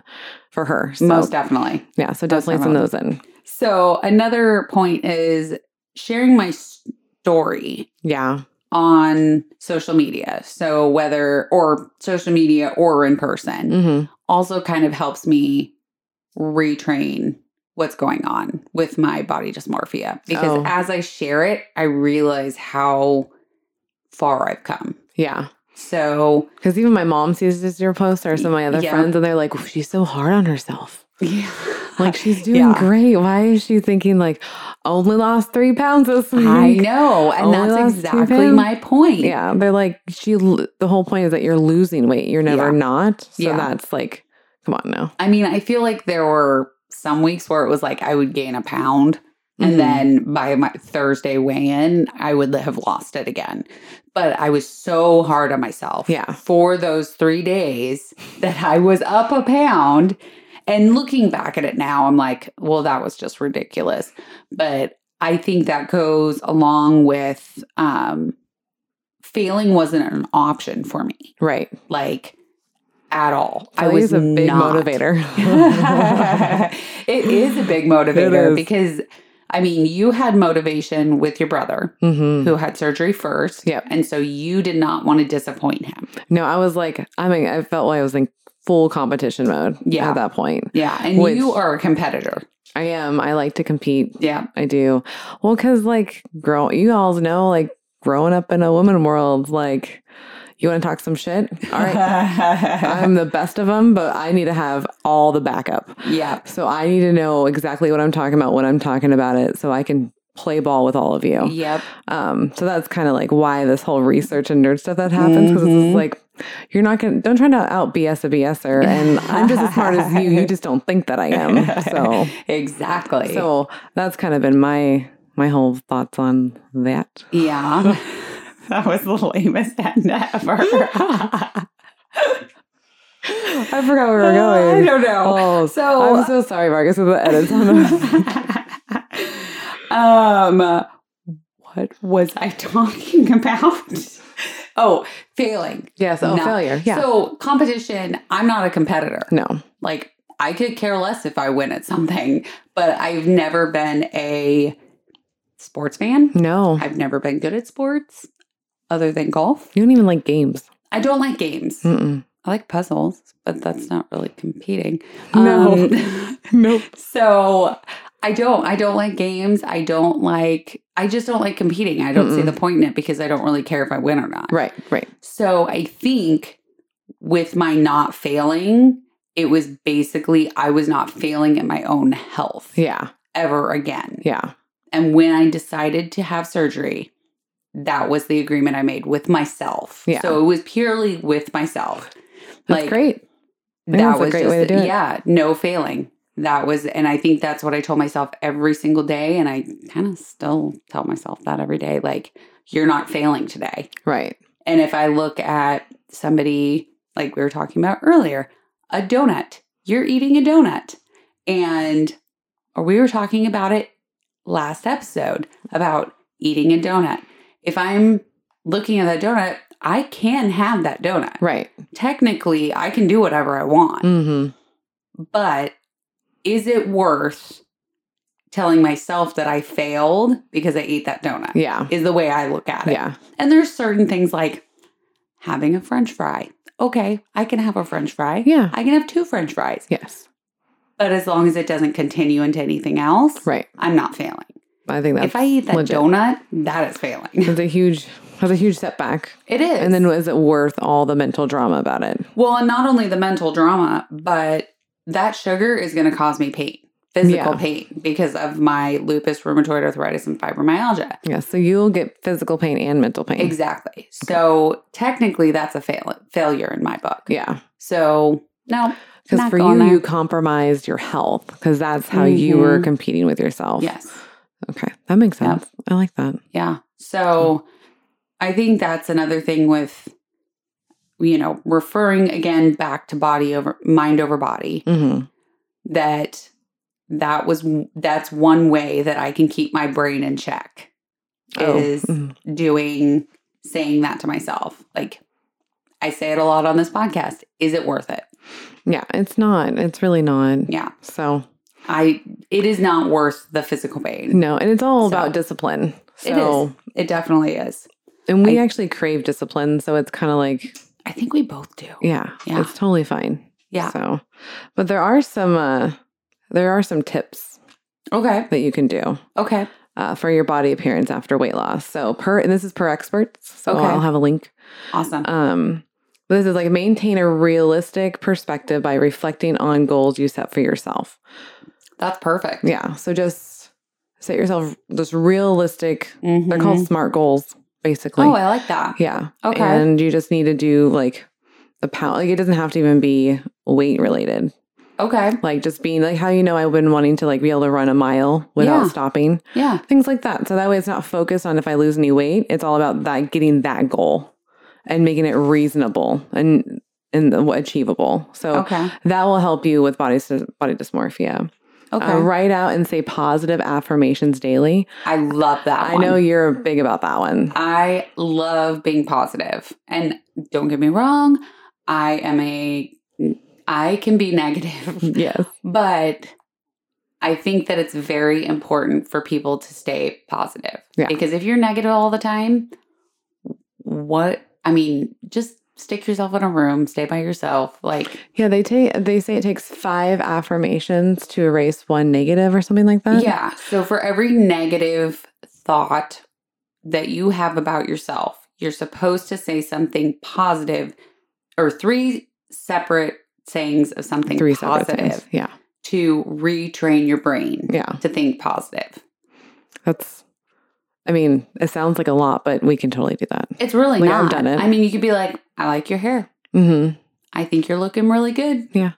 Speaker 1: for her. So,
Speaker 2: most definitely.
Speaker 1: yeah. So definitely send those in.
Speaker 2: So, another point is sharing my story
Speaker 1: Yeah.
Speaker 2: on social media. So, whether or social media or in person
Speaker 1: hmm
Speaker 2: also kind of helps me retrain what's going on with my body dysmorphia because
Speaker 1: Oh.
Speaker 2: as I share it, I realize how far I've come.
Speaker 1: Yeah.
Speaker 2: So,
Speaker 1: Because even my mom sees this your post or some of my other
Speaker 2: Yeah.
Speaker 1: friends, and they're like, "She's so hard on herself.
Speaker 2: Yeah.
Speaker 1: Like
Speaker 2: [LAUGHS] [SIGHS]
Speaker 1: she's doing
Speaker 2: Yeah.
Speaker 1: great. Why is she thinking like only lost three pounds this week?
Speaker 2: I know. And
Speaker 1: Only lost
Speaker 2: that's
Speaker 1: two
Speaker 2: exactly
Speaker 1: pounds.
Speaker 2: my point.
Speaker 1: Yeah, they're like she. l- The whole point is that you're losing weight. You're never
Speaker 2: Yeah.
Speaker 1: not. So
Speaker 2: Yeah.
Speaker 1: that's like, come on now.
Speaker 2: I mean, I feel like there were some weeks where it was like I would gain a pound
Speaker 1: Mhm.
Speaker 2: and then by my Thursday weigh in, I would have lost it again. But I was so hard on myself
Speaker 1: Yeah.
Speaker 2: for those three days that I was up a pound. And looking back at it now, I'm like, well, that was just ridiculous. But I think that goes along with um, failing wasn't an option for me,
Speaker 1: right.
Speaker 2: like at all. I
Speaker 1: Kelly
Speaker 2: was
Speaker 1: is a big
Speaker 2: not-
Speaker 1: motivator.
Speaker 2: [LAUGHS] it is a big
Speaker 1: It
Speaker 2: motivator
Speaker 1: is.
Speaker 2: because I mean, you had motivation with your brother
Speaker 1: hmm
Speaker 2: who had surgery first.
Speaker 1: Yep.
Speaker 2: And so you did not want to disappoint him.
Speaker 1: No, I was like, I mean, I felt like I was in full competition mode.
Speaker 2: Yeah.
Speaker 1: At that point,
Speaker 2: Yeah. And
Speaker 1: Which-
Speaker 2: you are a competitor.
Speaker 1: I am. I like to compete.
Speaker 2: Yeah.
Speaker 1: I do. Well, because like grow, you all know, like growing up in a woman world, like you want to talk some shit. All
Speaker 2: [LAUGHS]
Speaker 1: right. I'm the best of them, but I need to have all the backup.
Speaker 2: yeah.
Speaker 1: So I need to know exactly what I'm talking about when I'm talking about it, so I can play ball with all of you.
Speaker 2: Yep.
Speaker 1: Um, so that's kind of like why this whole research and nerd stuff that happens because it's
Speaker 2: Mhm.
Speaker 1: just like you're not gonna don't try to out BS a BSer, and I'm just as smart as you. You just don't think that I
Speaker 2: [LAUGHS]
Speaker 1: am. So
Speaker 2: Exactly.
Speaker 1: so that's kind of been my my whole thoughts on that. [LAUGHS]
Speaker 2: yeah. that was the lamest end ever. [LAUGHS]
Speaker 1: I forgot where we were
Speaker 2: [LAUGHS] I
Speaker 1: going.
Speaker 2: don't know.
Speaker 1: Oh,
Speaker 2: So-
Speaker 1: I'm so sorry, Marcus, for the edits on this.
Speaker 2: [LAUGHS] um, what was I talking [LAUGHS] about? Oh, failing.
Speaker 1: Yes, oh,
Speaker 2: No.
Speaker 1: failure. Yeah.
Speaker 2: So competition. I'm not a competitor.
Speaker 1: no.
Speaker 2: Like I could care less if I win at something, but I've never been a sports fan.
Speaker 1: No.
Speaker 2: I've never been good at sports, other than golf.
Speaker 1: You don't even like games.
Speaker 2: I don't like games.
Speaker 1: Mm-mm.
Speaker 2: I like puzzles, but that's not really competing.
Speaker 1: No.
Speaker 2: [LAUGHS]
Speaker 1: [LAUGHS]
Speaker 2: Um,
Speaker 1: Nope.
Speaker 2: So I don't. I don't like games. I don't like. I just don't like competing. I don't see
Speaker 1: Mm-mm.
Speaker 2: the point in it because I don't really care if I win or not.
Speaker 1: Right, right.
Speaker 2: So I think with my not failing, it was basically I was not failing at my own health
Speaker 1: Yeah,
Speaker 2: ever again.
Speaker 1: yeah.
Speaker 2: And when I decided to have surgery, that was the agreement I made with myself.
Speaker 1: Yeah.
Speaker 2: So it was purely with myself.
Speaker 1: That's great. think
Speaker 2: that
Speaker 1: that's a
Speaker 2: was
Speaker 1: great
Speaker 2: just
Speaker 1: way to do it.
Speaker 2: yeah, no failing. that was and i think that's what i told myself every single day and i kind of still tell myself that every day like you're not failing today
Speaker 1: Right.
Speaker 2: and if i look at somebody like we were talking about earlier a donut you're eating a donut and or we were talking about it last episode about eating a donut if i'm looking at that donut i can have that donut
Speaker 1: Right.
Speaker 2: technically i can do whatever i want
Speaker 1: Mm-hmm.
Speaker 2: but is it worth telling myself that I failed because I ate that donut?
Speaker 1: Yeah.
Speaker 2: Is the way I look at it.
Speaker 1: Yeah.
Speaker 2: And there's certain things like having a french fry. Okay, I can have a french fry.
Speaker 1: Yeah.
Speaker 2: I can have two french fries.
Speaker 1: Yes.
Speaker 2: But as long as it doesn't continue into anything else,
Speaker 1: Right.
Speaker 2: I'm not failing.
Speaker 1: I think that's
Speaker 2: if I eat that
Speaker 1: legit.
Speaker 2: donut, that is failing.
Speaker 1: that's a huge that's a huge setback.
Speaker 2: It is.
Speaker 1: And then is it worth all the mental drama about it?
Speaker 2: Well, and not only the mental drama, but that sugar is going to cause me pain, physical
Speaker 1: Yeah.
Speaker 2: pain, because of my lupus, rheumatoid arthritis, and fibromyalgia.
Speaker 1: Yeah. So you'll get physical pain and mental pain.
Speaker 2: Exactly. So technically, that's a fail- failure in my book.
Speaker 1: Yeah.
Speaker 2: So no,
Speaker 1: Because
Speaker 2: Not
Speaker 1: for you,
Speaker 2: going there.
Speaker 1: you compromised your health because that's how you were
Speaker 2: Mhm.
Speaker 1: competing with yourself.
Speaker 2: yes,
Speaker 1: Okay. That makes
Speaker 2: Yep.
Speaker 1: sense. I like that.
Speaker 2: yeah. So
Speaker 1: Mm.
Speaker 2: I think that's another thing with you know referring again back to body over mind over body
Speaker 1: hmm
Speaker 2: that that was that's one way that I can keep my brain in check
Speaker 1: Oh.
Speaker 2: is
Speaker 1: mm-hmm.
Speaker 2: doing saying that to myself like I say it a lot on this podcast is it worth it
Speaker 1: Yeah. It's not. It's really not.
Speaker 2: yeah
Speaker 1: So,
Speaker 2: I it is not worth the physical pain
Speaker 1: no. And it's all
Speaker 2: So-
Speaker 1: about discipline.
Speaker 2: It
Speaker 1: So,
Speaker 2: it definitely is
Speaker 1: and we
Speaker 2: I-
Speaker 1: actually crave discipline. So it's kind of like,
Speaker 2: I think we both do
Speaker 1: yeah,
Speaker 2: Yeah.
Speaker 1: it's totally fine.
Speaker 2: Yeah.
Speaker 1: So, but there are some, uh, there are some tips
Speaker 2: okay
Speaker 1: that you can do.
Speaker 2: okay
Speaker 1: uh, for your body appearance after weight loss. So per and this is per experts. So
Speaker 2: Okay.
Speaker 1: I'll have a link.
Speaker 2: awesome
Speaker 1: Um, but this is like maintain a realistic perspective by reflecting on goals you set for yourself.
Speaker 2: that's perfect
Speaker 1: Yeah. So just set yourself just realistic.
Speaker 2: Mhm.
Speaker 1: They're called smart goals, basically.
Speaker 2: oh I like that
Speaker 1: yeah.
Speaker 2: Okay.
Speaker 1: And you just need to do like the pound. Like it doesn't have to even be weight related.
Speaker 2: okay
Speaker 1: Like just being like how you know I've been wanting to like be able to run a mile without
Speaker 2: Yeah.
Speaker 1: stopping
Speaker 2: yeah
Speaker 1: things like that. So that way it's not focused on if I lose any weight. It's all about that getting that goal and making it reasonable and and achievable. So uh,
Speaker 2: okay
Speaker 1: that will help you with body dys- body dysmorphia.
Speaker 2: okay
Speaker 1: Uh, write out and say positive affirmations daily.
Speaker 2: I love that
Speaker 1: I know
Speaker 2: one.
Speaker 1: you're big about that one.
Speaker 2: I love being positive. And don't get me wrong, I am a I can be [LAUGHS] negative,
Speaker 1: Yes.
Speaker 2: but I think that it's very important for people to stay positive.
Speaker 1: Yeah.
Speaker 2: Because if you're negative all the time, what I mean, just stick yourself in a room, stay by yourself. Like
Speaker 1: Yeah, they take they say it takes 5 affirmations to erase one negative or something like that.
Speaker 2: yeah. So for every negative thought that you have about yourself, you're supposed to say something positive or three separate sayings of something
Speaker 1: Three separate
Speaker 2: positive
Speaker 1: things. Yeah.
Speaker 2: to retrain your brain
Speaker 1: Yeah.
Speaker 2: to think positive.
Speaker 1: That's I mean, it sounds like a lot, but we can totally do that.
Speaker 2: It's really
Speaker 1: Like,
Speaker 2: not.
Speaker 1: I've done it.
Speaker 2: I mean, you could be like, I like your hair.
Speaker 1: Mhm.
Speaker 2: I think you're looking really good.
Speaker 1: Yeah.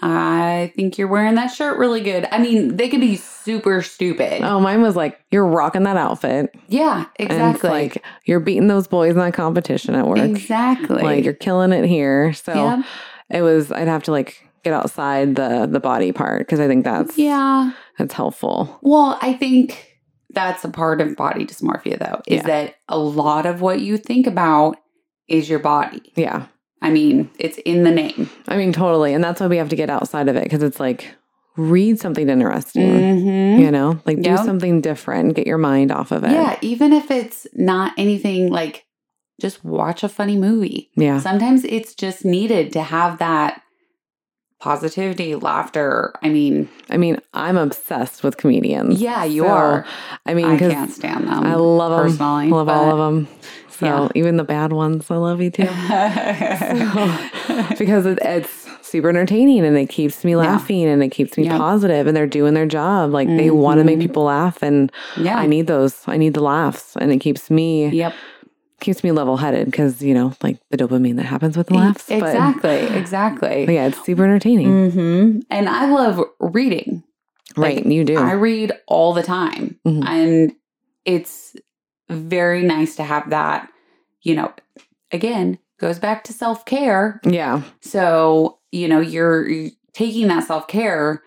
Speaker 2: I think you're wearing that shirt really good. I mean, they could be super stupid.
Speaker 1: Oh, mine was like, you're rocking that outfit.
Speaker 2: yeah,
Speaker 1: And it's
Speaker 2: exactly.
Speaker 1: like, you're beating those boys in that competition at work.
Speaker 2: exactly.
Speaker 1: Like, you're killing it here. So
Speaker 2: yeah.
Speaker 1: it was, I'd have to like get outside the the body part because I think that's,
Speaker 2: yeah.
Speaker 1: that's helpful.
Speaker 2: Well, I think that's a part of body dysmorphia, though, is
Speaker 1: Yeah.
Speaker 2: that a lot of what you think about is your body.
Speaker 1: Yeah.
Speaker 2: I mean, it's in the name.
Speaker 1: I mean, totally. And that's why we have to get outside of it because it's like, read something interesting,
Speaker 2: Mm-hmm.
Speaker 1: you know, like
Speaker 2: Yeah.
Speaker 1: do something different, get your mind off of it.
Speaker 2: Yeah, even if it's not anything like just watch a funny movie.
Speaker 1: Yeah.
Speaker 2: Sometimes it's just needed to have that positivity, laughter. I mean,
Speaker 1: I mean, I'm obsessed with comedians.
Speaker 2: yeah, you
Speaker 1: So,
Speaker 2: are.
Speaker 1: I mean,
Speaker 2: I
Speaker 1: because
Speaker 2: can't stand them.
Speaker 1: I love 'em.
Speaker 2: um, personally.
Speaker 1: love all of
Speaker 2: [LAUGHS]
Speaker 1: them. So
Speaker 2: Yeah.
Speaker 1: even the bad ones, I love
Speaker 2: [LAUGHS]
Speaker 1: you too.
Speaker 2: them.
Speaker 1: because it, it's super entertaining and it keeps me
Speaker 2: Yeah.
Speaker 1: laughing and it keeps me
Speaker 2: Yeah.
Speaker 1: positive and they're doing their job like they want to make
Speaker 2: Mhm.
Speaker 1: people laugh and
Speaker 2: yeah.
Speaker 1: i need those i need the laughs and it keeps me
Speaker 2: yep.
Speaker 1: keeps me level headed because, you know, like the dopamine that happens with the laughs. but-
Speaker 2: E-, exactly,
Speaker 1: [LAUGHS] But
Speaker 2: exactly.
Speaker 1: yeah, it's super entertaining.
Speaker 2: hmm And I love reading.
Speaker 1: right.
Speaker 2: like,
Speaker 1: you do.
Speaker 2: I read all the time.
Speaker 1: Mhm.
Speaker 2: And it's very nice to have that, you know, again, goes back to self care.
Speaker 1: yeah.
Speaker 2: So, you know, you're you're taking that self care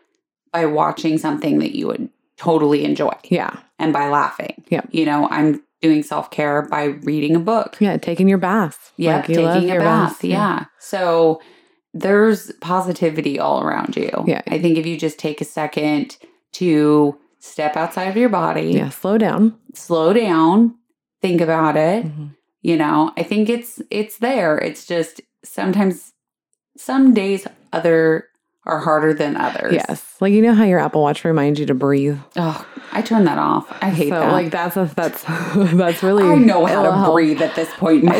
Speaker 2: by watching something that you would totally enjoy
Speaker 1: Yeah.
Speaker 2: and by laughing.
Speaker 1: Yeah.
Speaker 2: You know, I'm doing self care by reading a book.
Speaker 1: Yeah. Taking your bath.
Speaker 2: Yeah.
Speaker 1: Like, you love
Speaker 2: taking a
Speaker 1: your
Speaker 2: bath. Yeah. So there's positivity all around you.
Speaker 1: Yeah.
Speaker 2: I think if you just take a second to step outside of your body,
Speaker 1: Yeah. Slow down.
Speaker 2: slow down, think about it,
Speaker 1: Mhm.
Speaker 2: you know, I think it's it's there. It's just sometimes some days other are harder than others.
Speaker 1: Yes. Like, you know how your Apple Watch reminds you to breathe?
Speaker 2: Oh, I turn that off. I hate
Speaker 1: so,
Speaker 2: that.
Speaker 1: like, that's, a, that's, [LAUGHS] that's really.
Speaker 2: I know how
Speaker 1: it'll
Speaker 2: to
Speaker 1: help.
Speaker 2: breathe at this point in my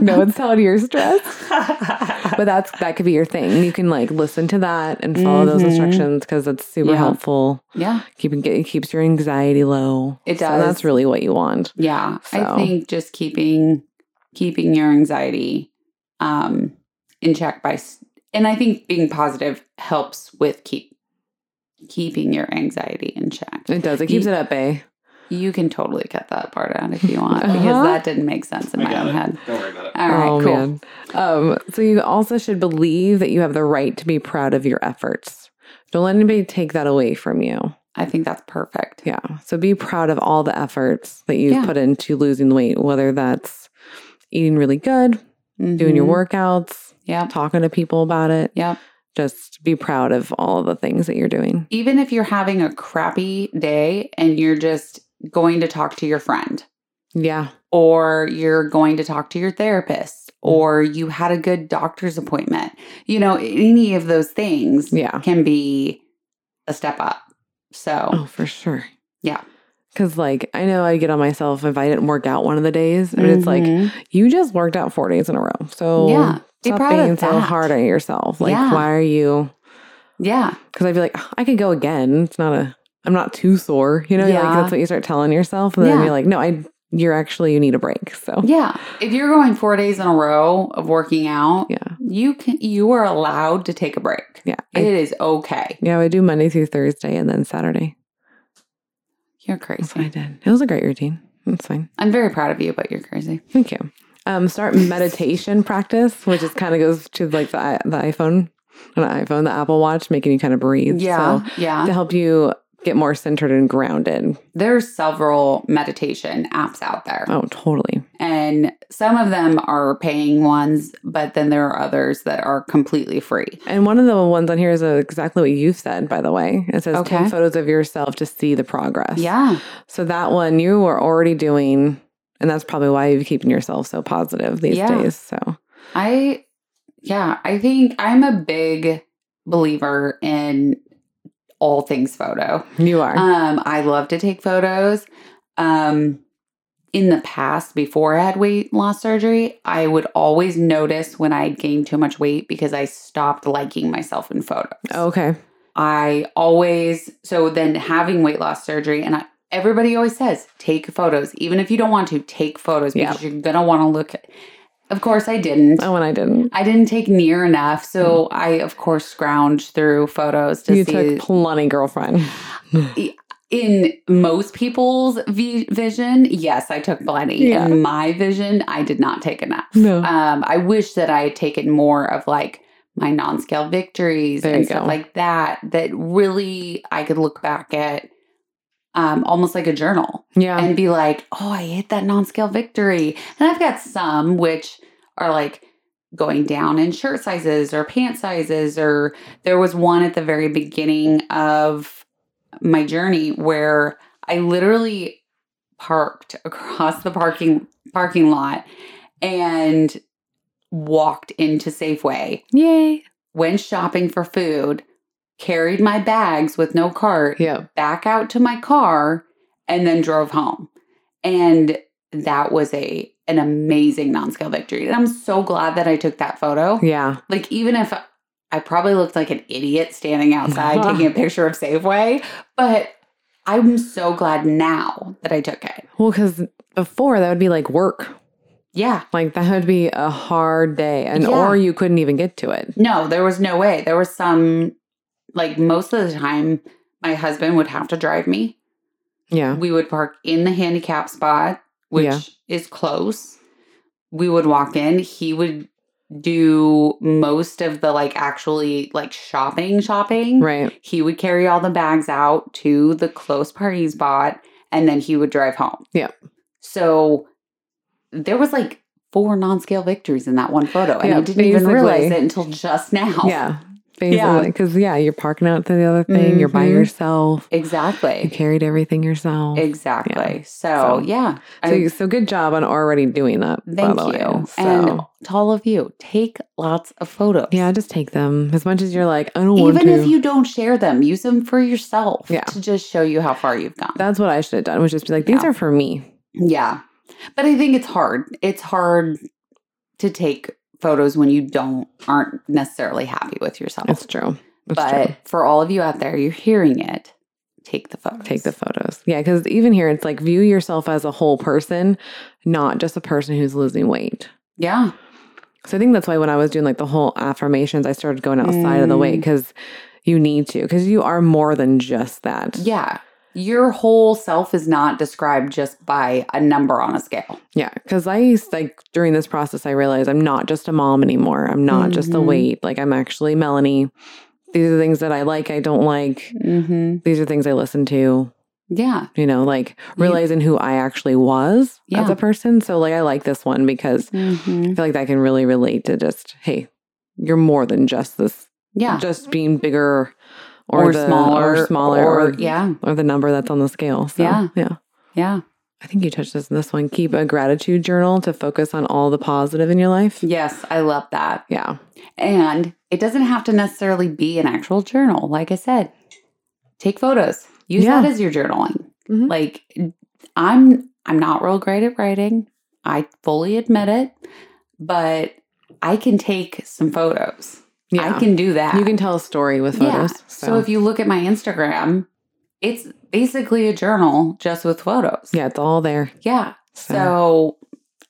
Speaker 1: [LAUGHS] no
Speaker 2: [LAUGHS]
Speaker 1: one's telling you're stressed.
Speaker 2: but
Speaker 1: But that's that could be your thing. You can like listen to that and follow those
Speaker 2: Mhm.
Speaker 1: instructions because it's super
Speaker 2: Yeah.
Speaker 1: helpful.
Speaker 2: yeah,
Speaker 1: Keeping it keeps your anxiety low.
Speaker 2: It
Speaker 1: So
Speaker 2: does.
Speaker 1: that's really what you want.
Speaker 2: Yeah,
Speaker 1: So-
Speaker 2: I think just keeping keeping your anxiety um in check by s- and I think being positive helps with keep keeping your anxiety in check.
Speaker 1: It does. It keeps
Speaker 2: You-
Speaker 1: it at bay.
Speaker 2: You can totally cut that part out if
Speaker 1: [LAUGHS]
Speaker 2: you want
Speaker 1: Uh-huh.
Speaker 2: because that didn't make sense in
Speaker 3: I
Speaker 2: my
Speaker 3: got
Speaker 2: own
Speaker 3: it.
Speaker 2: head.
Speaker 3: Don't worry about it.
Speaker 2: All right,
Speaker 1: oh
Speaker 2: cool.
Speaker 1: man. Um, so you also should believe that you have the right to be proud of your efforts. Don't let anybody take that away from you.
Speaker 2: I think that's perfect.
Speaker 1: Yeah. So be proud of all the efforts that you've
Speaker 2: Yeah.
Speaker 1: put into losing weight, whether that's eating really good, doing your
Speaker 2: Mhm.
Speaker 1: workouts,
Speaker 2: Yep.
Speaker 1: talking to people about it.
Speaker 2: Yep.
Speaker 1: Just be proud of all the things that you're doing.
Speaker 2: Even if you're having a crappy day and you're just going to talk to your friend,
Speaker 1: Yeah.
Speaker 2: or you're going to talk to your therapist
Speaker 1: Mm-hmm.
Speaker 2: or you had a good doctor's appointment. You know, any of those things
Speaker 1: Yeah.
Speaker 2: can be a step up. So,
Speaker 1: Oh, for sure.
Speaker 2: Yeah.
Speaker 1: Cause like I know I get on myself if I didn't work out one of the days, but it's like
Speaker 2: Mhm.
Speaker 1: you just worked out four days in a row. So
Speaker 2: yeah, be
Speaker 1: stop
Speaker 2: proud
Speaker 1: being
Speaker 2: of that.
Speaker 1: so hard on yourself. Like
Speaker 2: Yeah.
Speaker 1: why are you?
Speaker 2: Yeah.
Speaker 1: Because I'd be like, "Oh, I could go again. It's not a. I'm not too sore. You know, like
Speaker 2: Yeah.
Speaker 1: that's what you start telling yourself, and then
Speaker 2: Yeah.
Speaker 1: you're like, no, I. You're actually you need a break. So
Speaker 2: Yeah. If you're going 4 days in a row of working out,
Speaker 1: yeah,
Speaker 2: you can you are allowed to take a break.
Speaker 1: yeah, I-
Speaker 2: It is okay.
Speaker 1: yeah. I do Monday through Thursday and then Saturday.
Speaker 2: You're
Speaker 1: That's what Oh, I
Speaker 2: crazy.
Speaker 1: did. It was a great routine. It's fine.
Speaker 2: I'm very proud of you, but you're crazy.
Speaker 1: Thank you. Um, start meditation practice, which is kind of goes to like the, i- the iPhone, an iPhone, the Apple Watch, making you kind of breathe.
Speaker 2: Yeah.
Speaker 1: So,
Speaker 2: yeah.
Speaker 1: to help you get more centered and grounded.
Speaker 2: There's several meditation apps out there.
Speaker 1: Oh, totally.
Speaker 2: and some of them are paying ones, but then there are others that are completely free.
Speaker 1: And one of the ones on here is uh, exactly what you've said, by the way. It says take
Speaker 2: Okay.
Speaker 1: photos of yourself to see the progress.
Speaker 2: Yeah,
Speaker 1: So that one you were already doing, and that's probably why you're keeping yourself so positive these
Speaker 2: Yeah.
Speaker 1: days. So
Speaker 2: I, yeah, I think I'm a big believer in all things photo.
Speaker 1: you are.
Speaker 2: Um, I love to take photos. Um, in the past, before I had weight loss surgery, I would always notice when I gained too much weight because I stopped liking myself in photos.
Speaker 1: okay.
Speaker 2: I always so then having weight loss surgery and I, everybody always says take photos even if you don't want to take photos because you're going to want to look at- Of course I didn't.
Speaker 1: Oh, and I didn't.
Speaker 2: I didn't take near enough, so I of course scrounged through photos to
Speaker 1: You
Speaker 2: see
Speaker 1: took plenty, girlfriend.
Speaker 2: in most people's vi- vision, yes, I took plenty.
Speaker 1: Yeah.
Speaker 2: In my vision, I did not take enough.
Speaker 1: No.
Speaker 2: Um, I wish that I had taken more of like my non-scale victories
Speaker 1: There
Speaker 2: and
Speaker 1: you
Speaker 2: stuff
Speaker 1: go.
Speaker 2: like that. That really I could look back at, um, almost like a journal
Speaker 1: Yeah.
Speaker 2: and be like, "Oh, I hit that non-scale victory." And I've got some which are like going down in shirt sizes or pant sizes or there was one at the very beginning of my journey where I literally parked across the parking parking lot and walked into Safeway,
Speaker 1: Yay.
Speaker 2: went shopping for food, carried my bags with no cart,
Speaker 1: Yep.
Speaker 2: back out to my car and then drove home and that was a an amazing non-scale victory and i'm so glad that i took that photo
Speaker 1: Yeah.
Speaker 2: like even if i probably looked like an idiot standing outside taking a picture of safeway but i'm so glad now that i took it
Speaker 1: Well, because before that would be like work.
Speaker 2: Yeah.
Speaker 1: Like that would be a hard day, and
Speaker 2: Yeah.
Speaker 1: or you couldn't even get to it.
Speaker 2: No, there was no way. There was some, like, most of the time, my husband would have to drive me.
Speaker 1: Yeah,
Speaker 2: We would park in the handicap spot, which
Speaker 1: Yeah.
Speaker 2: is close. We would walk in. He would do most of the, like, actually, like, shopping, shopping.
Speaker 1: right.
Speaker 2: He would carry all the bags out to the close parking spot and then he would drive home.
Speaker 1: Yeah.
Speaker 2: So there was like four non-scale victories in that one photo. And
Speaker 1: Yeah,
Speaker 2: I didn't even realize
Speaker 1: basically.
Speaker 2: it until just now.
Speaker 1: Yeah, basically, because yeah. you're parking out to the other thing. You're by
Speaker 2: Mhm.
Speaker 1: yourself. You
Speaker 2: [LAUGHS] Exactly.
Speaker 1: carried everything yourself.
Speaker 2: Exactly.
Speaker 1: Yeah.
Speaker 2: So,
Speaker 1: So-
Speaker 2: yeah. I-
Speaker 1: So, so good job on already doing that. by
Speaker 2: thank
Speaker 1: the way.
Speaker 2: you.
Speaker 1: So,
Speaker 2: And to all of you, take lots of photos.
Speaker 1: yeah, just take them as much as you're like. I don't want
Speaker 2: Even
Speaker 1: to.
Speaker 2: if you don't share them, use them for yourself
Speaker 1: Yeah.
Speaker 2: to just show you how far you've gone.
Speaker 1: That's what I should have done. Was just be like, these
Speaker 2: Yeah.
Speaker 1: are for me.
Speaker 2: Yeah. But I think it's hard. It's hard to take photos when you don't aren't necessarily happy with yourself.
Speaker 1: That's true. That's
Speaker 2: but
Speaker 1: true.
Speaker 2: for all of you out there, you're hearing it. Take the photos.
Speaker 1: Take the photos. Yeah, because even here, it's like view yourself as a whole person, not just a person who's losing weight.
Speaker 2: Yeah.
Speaker 1: So I think that's why when I was doing like the whole affirmations, I started going outside of the
Speaker 2: Mm.
Speaker 1: weight because you need to, because you are more than just that.
Speaker 2: Yeah. Your whole self is not described just by a number on a scale.
Speaker 1: Yeah. Because I used like during this process, I realized I'm not just a mom anymore. I'm not just the
Speaker 2: Mhm.
Speaker 1: weight. Like I'm actually Melanie. These are things that I like, I don't like.
Speaker 2: Mm-hmm.
Speaker 1: These are things I listen to.
Speaker 2: Yeah.
Speaker 1: you know, like
Speaker 2: You-
Speaker 1: realizing who I actually was as
Speaker 2: Yeah.
Speaker 1: a person. So like I like this one because
Speaker 2: Mm-hmm.
Speaker 1: I feel like that can really relate to just, hey, you're more than just this
Speaker 2: Yeah.
Speaker 1: just being bigger or, the- or smaller or,
Speaker 2: Or, yeah.
Speaker 1: or the number that's on the scale. So
Speaker 2: Yeah.
Speaker 1: yeah.
Speaker 2: Yeah.
Speaker 1: I think you touched this in this one. Keep a gratitude journal to focus on all the positive in your life.
Speaker 2: Yes. I love that.
Speaker 1: Yeah.
Speaker 2: And it doesn't have to necessarily be an actual journal. Like I said, take photos. Use
Speaker 1: Yeah.
Speaker 2: that as your journaling.
Speaker 1: Mhm.
Speaker 2: Like I'm I'm not real great at writing. I fully admit it, but I can take some photos.
Speaker 1: Yeah.
Speaker 2: I can do that.
Speaker 1: you can tell a story with
Speaker 2: Yeah.
Speaker 1: photos.
Speaker 2: so. if you look at my Instagram, it's basically a journal just with photos.
Speaker 1: Yeah, it's all there.
Speaker 2: Yeah. So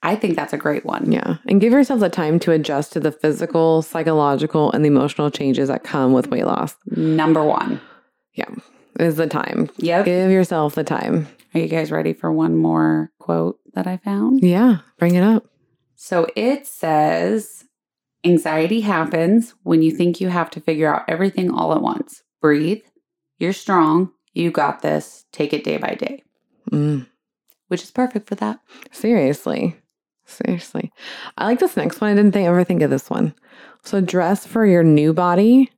Speaker 2: I think that's a great one.
Speaker 1: Yeah. And give yourself the time to adjust to the physical, psychological, and the emotional changes that come with weight loss.
Speaker 2: Number one.
Speaker 1: Is the time.
Speaker 2: Yep.
Speaker 1: Give yourself the time.
Speaker 2: Are you guys ready for one more quote that I found?
Speaker 1: Yeah. Bring it up.
Speaker 2: So it says anxiety happens when you think you have to figure out everything all at once. Breathe. You're strong. You got this. Take it day by day,
Speaker 1: Mm.
Speaker 2: which is perfect for that.
Speaker 1: Seriously. Seriously. I like this next one. I didn't think, ever think of this one. So dress for your new body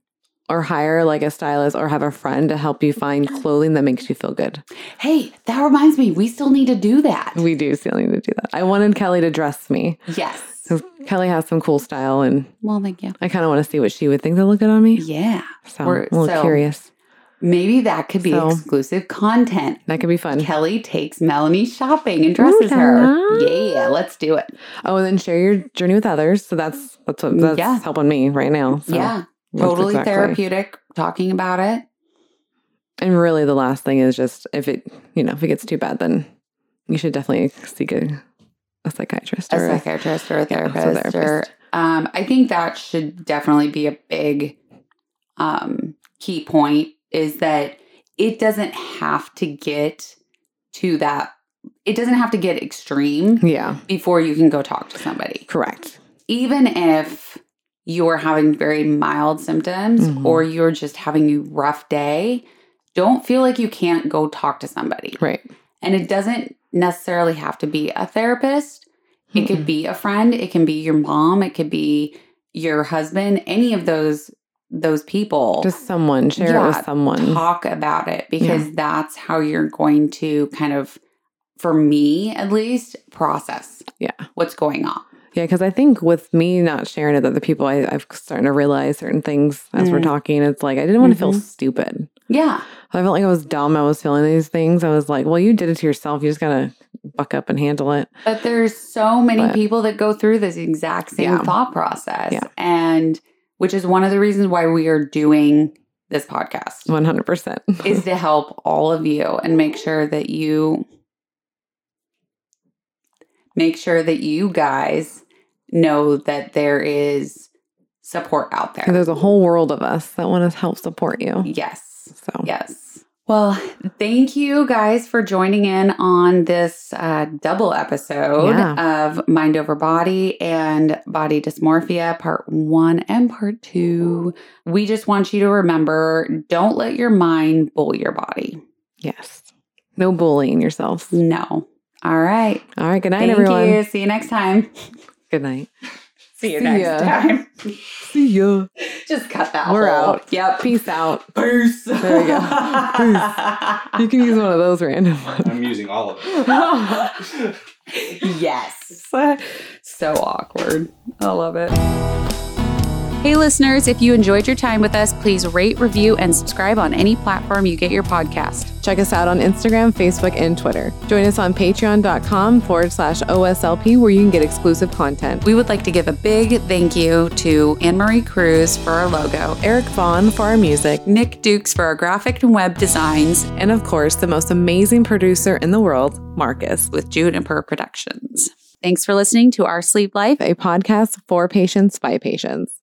Speaker 1: or hire like a stylist or have a friend to help you find clothing that makes you feel good.
Speaker 2: Hey, that reminds me, we still need to do that.
Speaker 1: We do still need to do that. I wanted Kelly to dress me
Speaker 2: yes.
Speaker 1: because Kelly has some cool style and
Speaker 2: Well, thank you.
Speaker 1: I kind of want to see what she would think that look good on me.
Speaker 2: Yeah.
Speaker 1: So
Speaker 2: We're-
Speaker 1: I'm a little
Speaker 2: so-
Speaker 1: curious.
Speaker 2: Maybe that could be
Speaker 1: So-
Speaker 2: exclusive content.
Speaker 1: That could be fun.
Speaker 2: Kelly takes Melanie shopping and dresses her.
Speaker 1: la la.
Speaker 2: Yeah, let's do it.
Speaker 1: Oh, and then share your journey with others. So that's that's what that's
Speaker 2: Yeah.
Speaker 1: helping me right now. So
Speaker 2: yeah,
Speaker 1: that's
Speaker 2: totally
Speaker 1: exactly-
Speaker 2: therapeutic talking about it.
Speaker 1: And really, the last thing is just if it you know if it gets too bad, then you should definitely seek a, a psychiatrist
Speaker 2: a
Speaker 1: or a-
Speaker 2: psychiatrist or a
Speaker 1: Yeah, so
Speaker 2: therapist, or
Speaker 1: therapist.
Speaker 2: um, I think that should definitely be a big um, key point is that it doesn't have to get to that. It doesn't have to get extreme
Speaker 1: yeah,
Speaker 2: before you can go talk to somebody.
Speaker 1: correct.
Speaker 2: Even if you're having very mild symptoms
Speaker 1: Mhm.
Speaker 2: or you're just having a rough day, don't feel like you can't go talk to somebody.
Speaker 1: Right.
Speaker 2: And it doesn't necessarily have to be a therapist. It
Speaker 1: Hmm.
Speaker 2: could be a friend, it can be your mom, it could be your husband, any of those those people.
Speaker 1: Hmm. Just someone share it
Speaker 2: Yeah,
Speaker 1: with someone.
Speaker 2: talk about it because that's how you're going to kind of for me at least process
Speaker 1: Yeah.
Speaker 2: what's going on.
Speaker 1: Yeah, because I think with me not sharing it with other people, I, I'm starting to realize certain things as we're
Speaker 2: Mm.
Speaker 1: talking. It's like I didn't want to feel
Speaker 2: Mhm.
Speaker 1: stupid.
Speaker 2: Yeah.
Speaker 1: I felt like I was dumb. I was feeling these things. I was like, well, you did it to yourself. You just got to buck up and handle it.
Speaker 2: But there's so many
Speaker 1: But-
Speaker 2: people that go through this exact same
Speaker 1: Yeah.
Speaker 2: thought process.
Speaker 1: Yeah.
Speaker 2: And which is one of the reasons why we are doing this podcast.
Speaker 1: 100%.
Speaker 2: is to help all of you and make sure that you make sure that you guys know that there is support out there.
Speaker 1: [LAUGHS] There's a whole world of us that want to help support you.
Speaker 2: yes.
Speaker 1: So,
Speaker 2: Yes. Well, thank you guys for joining in on this uh, double episode of Mind Over Body and Body Dysmorphia, part one and part two. We just want you to remember don't let your mind bull your body.
Speaker 1: yes. No bullying yourselves.
Speaker 2: No. All right.
Speaker 1: All right. Good night,
Speaker 2: Thank
Speaker 1: everyone.
Speaker 2: you. See you next time.
Speaker 1: Good night.
Speaker 2: See you
Speaker 1: See
Speaker 2: next
Speaker 1: ya.
Speaker 2: time.
Speaker 1: See ya.
Speaker 2: [LAUGHS] Just cut that.
Speaker 1: We're
Speaker 2: whole-
Speaker 1: out.
Speaker 2: Yep.
Speaker 1: Peace out.
Speaker 2: Peace.
Speaker 1: There
Speaker 2: [LAUGHS]
Speaker 1: we go. You can use one of those random ones.
Speaker 4: I'm using all of it.
Speaker 2: yes. [LAUGHS] So awkward. I love it. Hey, listeners, if you enjoyed your time with us, please rate, review, and subscribe on any platform you get your podcast.
Speaker 1: Check us out on Instagram, Facebook, and Twitter. Join us on patreon.com forward slash OSLP where you can get exclusive content.
Speaker 2: We would like to give a big thank you to Anne Marie Cruz for our logo,
Speaker 1: Eric Vaughn for our music,
Speaker 2: Nick Dukes for our graphic and web designs,
Speaker 1: and of course, the most amazing producer in the world, Marcus,
Speaker 2: with Juniper Productions. Thanks for listening to Our Sleep Life.
Speaker 1: a podcast for patients by patients.